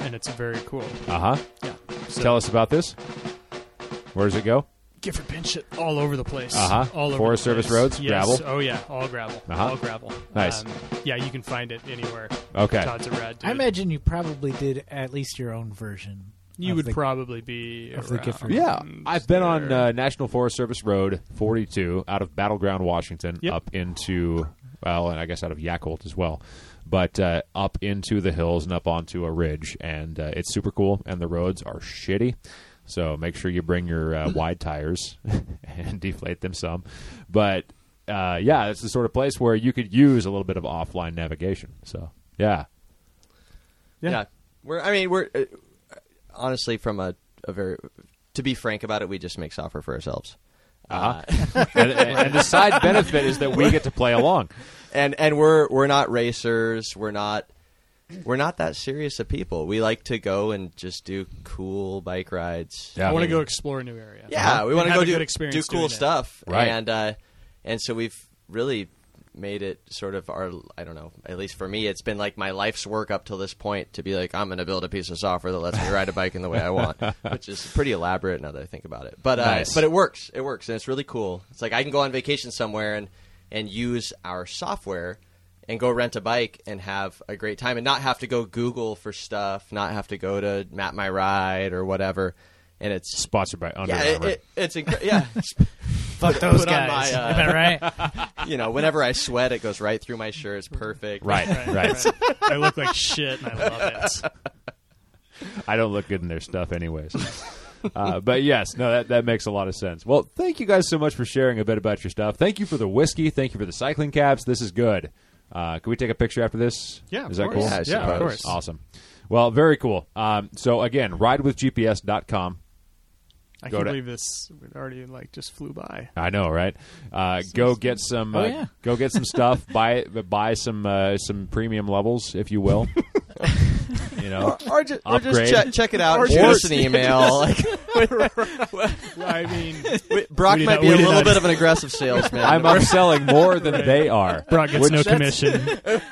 Speaker 4: and it's very cool.
Speaker 1: huh.
Speaker 4: Yeah. So
Speaker 1: Uh-huh. Tell us about this. Where does it go?
Speaker 4: Gifford pinch it all over the place.
Speaker 1: Uh-huh.
Speaker 4: All over
Speaker 1: Forest
Speaker 4: the
Speaker 1: Service
Speaker 4: place.
Speaker 1: roads,
Speaker 4: Yes.
Speaker 1: gravel?
Speaker 4: Oh yeah, all gravel.
Speaker 1: Uh-huh.
Speaker 4: All gravel.
Speaker 1: Nice.
Speaker 4: Um, yeah, you can find it anywhere.
Speaker 1: Okay.
Speaker 4: Todd's a rad dude.
Speaker 2: I imagine you probably did at least your own version.
Speaker 4: you
Speaker 2: of
Speaker 4: would
Speaker 2: the- *laughs*
Speaker 4: probably be
Speaker 2: of the
Speaker 4: around
Speaker 2: Gifford.
Speaker 1: Yeah, I've been on
Speaker 4: there.
Speaker 1: uh, National Forest Service Road 42 out of Battleground, Washington,
Speaker 4: Yep.
Speaker 1: up into well, and I guess out of Yakult as well, but uh, up into the hills and up onto a ridge, and uh, it's super cool. And the roads are shitty, so make sure you bring your uh, wide tires *laughs* and deflate them some. But uh, yeah, it's the sort of place where you could use a little bit of offline navigation. So yeah,
Speaker 4: Yeah.
Speaker 3: Yeah. We're, I mean, we're uh, honestly from a, a very, to be frank about it, we just make software for ourselves. Uh,
Speaker 1: Uh-huh.
Speaker 3: *laughs*
Speaker 1: and, and- and the side benefit is that we get to play along.
Speaker 3: and and we're we're not racers. We're not we're not that serious of people. We like to go and just do cool bike rides.
Speaker 1: Yeah.
Speaker 4: I want to go explore a new area.
Speaker 3: Yeah, we want
Speaker 4: And
Speaker 3: to
Speaker 4: have
Speaker 3: go
Speaker 4: a
Speaker 3: do
Speaker 4: good experience
Speaker 3: do cool
Speaker 4: doing it.
Speaker 3: stuff.
Speaker 1: Uh-huh. Right.
Speaker 3: And uh, and so we've really made it sort of our I don't know. At least for me, it's been like my life's work up till this point to be like I'm going to build a piece of software that lets me ride a bike in the way
Speaker 1: *laughs*
Speaker 3: I want, which is pretty elaborate now that I think about it. But uh,
Speaker 1: Nice.
Speaker 3: but it works. It works, and it's really cool. It's like I can go on vacation somewhere and and use our software. And go rent a bike and have a great time, and not have to go Google for stuff, not have to go to Map My Ride or whatever. And it's
Speaker 1: Sponsored by Under
Speaker 3: yeah, it,
Speaker 1: Armour.
Speaker 3: it, it's incre- yeah.
Speaker 2: Fuck those
Speaker 3: put on
Speaker 2: guys.
Speaker 3: my, uh,
Speaker 2: Am I *laughs* right?
Speaker 3: you know, whenever I sweat, it goes right through my shirt. It's perfect.
Speaker 1: Right,
Speaker 4: Right,
Speaker 1: right.
Speaker 4: right. I look like shit, and I love
Speaker 1: *laughs*
Speaker 4: it.
Speaker 1: I don't look good in their stuff, anyways. uh, but yes, no, that, that makes a lot of sense. Well, thank you guys so much for sharing a bit about your stuff. Thank you for the whiskey. Thank you for the cycling caps. This is good. Uh, can we take a picture after this?
Speaker 4: Yeah, of
Speaker 1: Is that
Speaker 4: course.
Speaker 1: cool?
Speaker 3: Yeah, I
Speaker 4: Yeah,
Speaker 3: suppose.
Speaker 4: of course.
Speaker 1: Awesome. Well, very cool. Um, so, again, ridewithgps.com.
Speaker 4: I
Speaker 1: Go
Speaker 4: can't
Speaker 1: to-
Speaker 4: believe this already like just flew by.
Speaker 1: I know, right? Uh, go get some.
Speaker 2: Oh,
Speaker 1: uh,
Speaker 2: yeah.
Speaker 1: Go get some stuff. buy buy some uh, some premium levels, if you will. you know,
Speaker 3: Or just, or just
Speaker 1: Upgrade.
Speaker 3: check, check it out.
Speaker 4: Or
Speaker 3: Or shoot
Speaker 4: just-
Speaker 3: us an
Speaker 2: *laughs*
Speaker 3: email. Like,
Speaker 4: I
Speaker 1: *laughs*
Speaker 4: mean,
Speaker 3: we- *laughs* Brock
Speaker 4: We did
Speaker 3: might
Speaker 4: not-
Speaker 3: be
Speaker 4: we
Speaker 3: a
Speaker 4: did
Speaker 3: little
Speaker 4: not-
Speaker 3: bit of an aggressive salesman.
Speaker 1: I'm upselling more than they are.
Speaker 4: Brock gets
Speaker 1: Which-
Speaker 4: no commission.
Speaker 1: That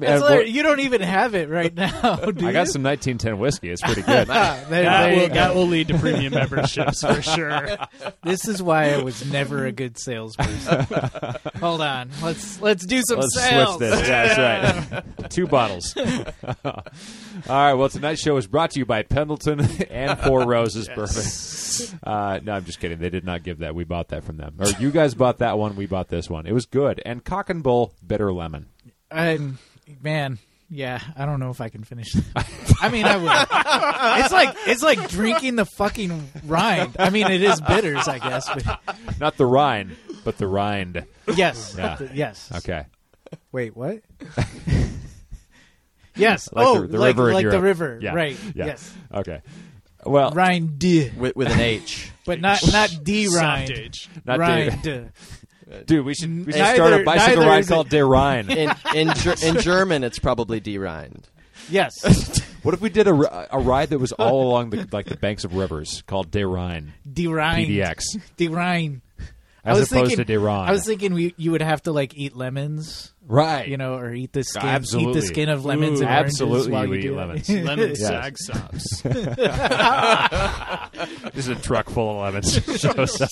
Speaker 1: uh,
Speaker 2: hilarious.
Speaker 1: well,
Speaker 2: you don't even have it right now. *laughs* Do
Speaker 1: I
Speaker 2: you?
Speaker 1: got some 1910 whiskey. It's pretty
Speaker 2: *laughs*
Speaker 1: good.
Speaker 2: Ah, there-
Speaker 4: That
Speaker 2: there you
Speaker 4: will,
Speaker 2: go.
Speaker 4: that will lead to premium memberships for *laughs* sure.
Speaker 2: This is why I was never a good
Speaker 1: *laughs*
Speaker 2: salesperson. Hold on, let's let's do some
Speaker 1: Let's
Speaker 2: sales.
Speaker 1: switch this. Yeah, that's
Speaker 2: *laughs*
Speaker 1: right. Two bottles. *laughs*
Speaker 2: *laughs*
Speaker 1: All right. Well, tonight's show is brought to you by Pendleton *laughs* and Four Roses Bourbon. Uh, no, I'm just kidding. They did not give that. We bought that from them. Or you guys bought that one. We bought this one. It was good. And Cock and Bull Bitter Lemon.
Speaker 2: I'm, man, yeah, I don't know if I can finish. That. I mean, I would. It's like it's like drinking the fucking rind. I mean, it is bitters, I guess. But
Speaker 1: Not the rind, but the rind.
Speaker 2: yes,
Speaker 1: Yeah.
Speaker 2: yes.
Speaker 1: Okay.
Speaker 2: Wait,
Speaker 1: *laughs*
Speaker 2: what? yes.
Speaker 1: Like
Speaker 2: oh,
Speaker 1: the- the
Speaker 2: like,
Speaker 1: river in
Speaker 2: like the
Speaker 1: Europe.
Speaker 2: river.
Speaker 1: Yeah.
Speaker 2: Right.
Speaker 1: Yeah.
Speaker 2: Yes.
Speaker 1: Okay. Well,
Speaker 2: Rind,
Speaker 3: with, with an H.
Speaker 2: but
Speaker 1: *laughs*
Speaker 2: not not D
Speaker 4: Soft
Speaker 2: rind.
Speaker 4: age.
Speaker 1: not
Speaker 2: rind.
Speaker 1: *laughs* dude, we should, we should
Speaker 2: Neither-
Speaker 1: start a bicycle
Speaker 2: neither
Speaker 1: ride
Speaker 2: is it-
Speaker 1: called Der
Speaker 2: *laughs*
Speaker 1: Rhein.
Speaker 3: In in, ger- in German, it's probably D rind.
Speaker 2: *laughs* Yes.
Speaker 1: *laughs* what if we did a, r- a ride that was all along the like the banks of rivers called Der Rhein
Speaker 2: D rind.
Speaker 1: PDX
Speaker 2: D rind. I
Speaker 1: as
Speaker 2: was
Speaker 1: opposed
Speaker 2: thinking,
Speaker 1: to Der Rhein?
Speaker 2: I was thinking we, you would have to like eat lemons,
Speaker 1: right.
Speaker 2: you know, or eat the skin, eat
Speaker 1: Absolutely.
Speaker 2: the skin of lemons
Speaker 1: Ooh,
Speaker 2: and oranges
Speaker 1: absolutely
Speaker 2: while
Speaker 1: you eat
Speaker 2: do it. *laughs*
Speaker 1: lemons.
Speaker 4: Lemon
Speaker 1: Yes.
Speaker 4: sag sops.
Speaker 1: This is a truck full of *laughs* lemons. Shows *laughs* up.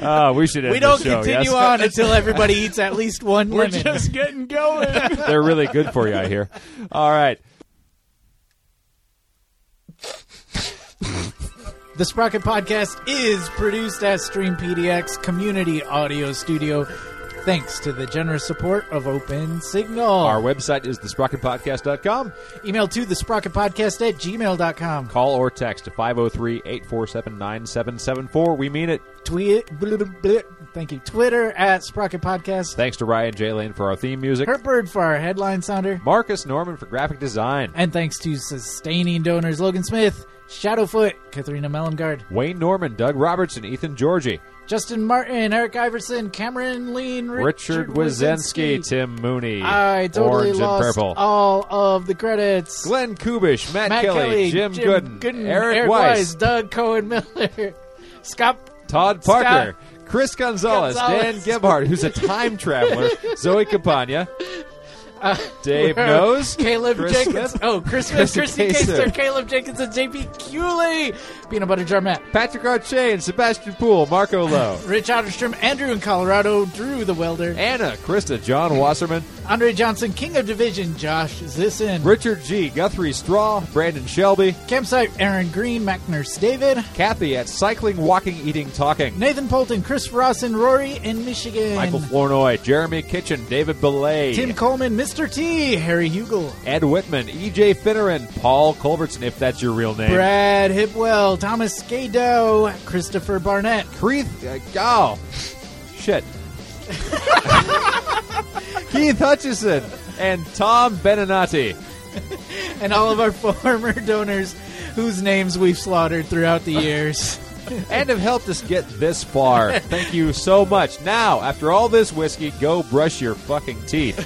Speaker 1: uh, we should end
Speaker 2: we don't
Speaker 1: the show.
Speaker 2: continue
Speaker 1: yes? *laughs*
Speaker 2: on until everybody eats at least one
Speaker 4: We're
Speaker 2: lemon. *laughs*
Speaker 4: just getting going.
Speaker 1: *laughs* They're really good for you, I hear. All right.
Speaker 2: The Sprocket Podcast is produced at Stream PDX Community Audio Studio, thanks to the generous support of Open Signal.
Speaker 1: Our website is thesprocketpodcast.com.
Speaker 2: Email to the Sprocket Podcast at gmail.com.
Speaker 1: Call or text 503 847 9774. We mean it.
Speaker 2: Tweet, blah, blah, blah. thank you. Twitter at Sprocket Podcast.
Speaker 1: Thanks to Ryan J. Lane for our theme music.
Speaker 2: Hurt Bird for our headline sounder.
Speaker 1: Marcus Norman for graphic design.
Speaker 2: And thanks to sustaining donors Logan Smith, Shadowfoot, Katharina Mellengard,
Speaker 1: Wayne Norman, Doug Robertson, Ethan Georgie,
Speaker 2: Justin Martin, Eric Iverson, Cameron Lean,
Speaker 1: Richard
Speaker 2: Richard,
Speaker 1: Wazenski, Tim Mooney,
Speaker 2: I totally
Speaker 1: Orange
Speaker 2: lost
Speaker 1: and Purple,
Speaker 2: all of the credits.
Speaker 1: Glenn Kubish, Matt,
Speaker 2: Matt Kelly,
Speaker 1: Jim, Gooden, Eric,
Speaker 2: Weiss.
Speaker 1: Weiss,
Speaker 2: Doug Cohen Miller, *laughs* Scott.
Speaker 1: Todd
Speaker 2: Scott-
Speaker 1: Parker, Chris Gonzalez, Dan
Speaker 2: Gonzalez.
Speaker 1: Gebhardt, who's a
Speaker 2: *laughs*
Speaker 1: time traveler, Zoe Campagna, Dave Knows,
Speaker 2: Uh, Caleb
Speaker 1: Chris
Speaker 2: Jenkins.
Speaker 1: Smith,
Speaker 2: Oh, Chris Smith,
Speaker 1: Chrissy
Speaker 2: Christy Kaser,
Speaker 1: Kaser.
Speaker 2: Caleb Jenkins, and JP Cooley. Peanut Butter Jar Matt.
Speaker 1: Patrick Archain, Sebastian Poole, Marco Lowe,
Speaker 2: Rich Otterstrom, Andrew in Colorado, Drew the Welder,
Speaker 1: Anna, Krista, John Wasserman,
Speaker 2: Andre Johnson, King of Division, Josh Zissin,
Speaker 1: Richard G, Guthrie Straw, Brandon Shelby,
Speaker 2: Campsite, Aaron Green, Mac Nurse David,
Speaker 1: Kathy at Cycling, Walking, Eating, Talking,
Speaker 2: Nathan Polton, Chris Ross, and Rory in Michigan,
Speaker 1: Michael Flournoy, Jeremy Kitchen, David Belay,
Speaker 2: Tim Coleman, Mr. T, Harry Hugel,
Speaker 1: Ed Whitman, E EJ Finneran, Paul Culbertson, if that's your real name.
Speaker 2: Brad Hipwell, Thomas Skado, Christopher Barnett,
Speaker 1: Creeth, uh, oh, shit. Keith Hutchison and Tom Beninati.
Speaker 2: and all of our *laughs* former donors whose names we've slaughtered throughout the years. *laughs*
Speaker 1: and have helped us get this far. Thank you so much. Now, after all this whiskey, go brush your fucking teeth.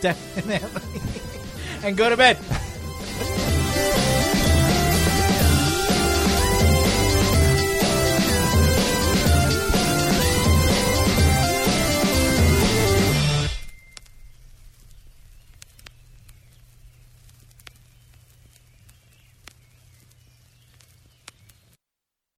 Speaker 2: Definitely. and go to bed.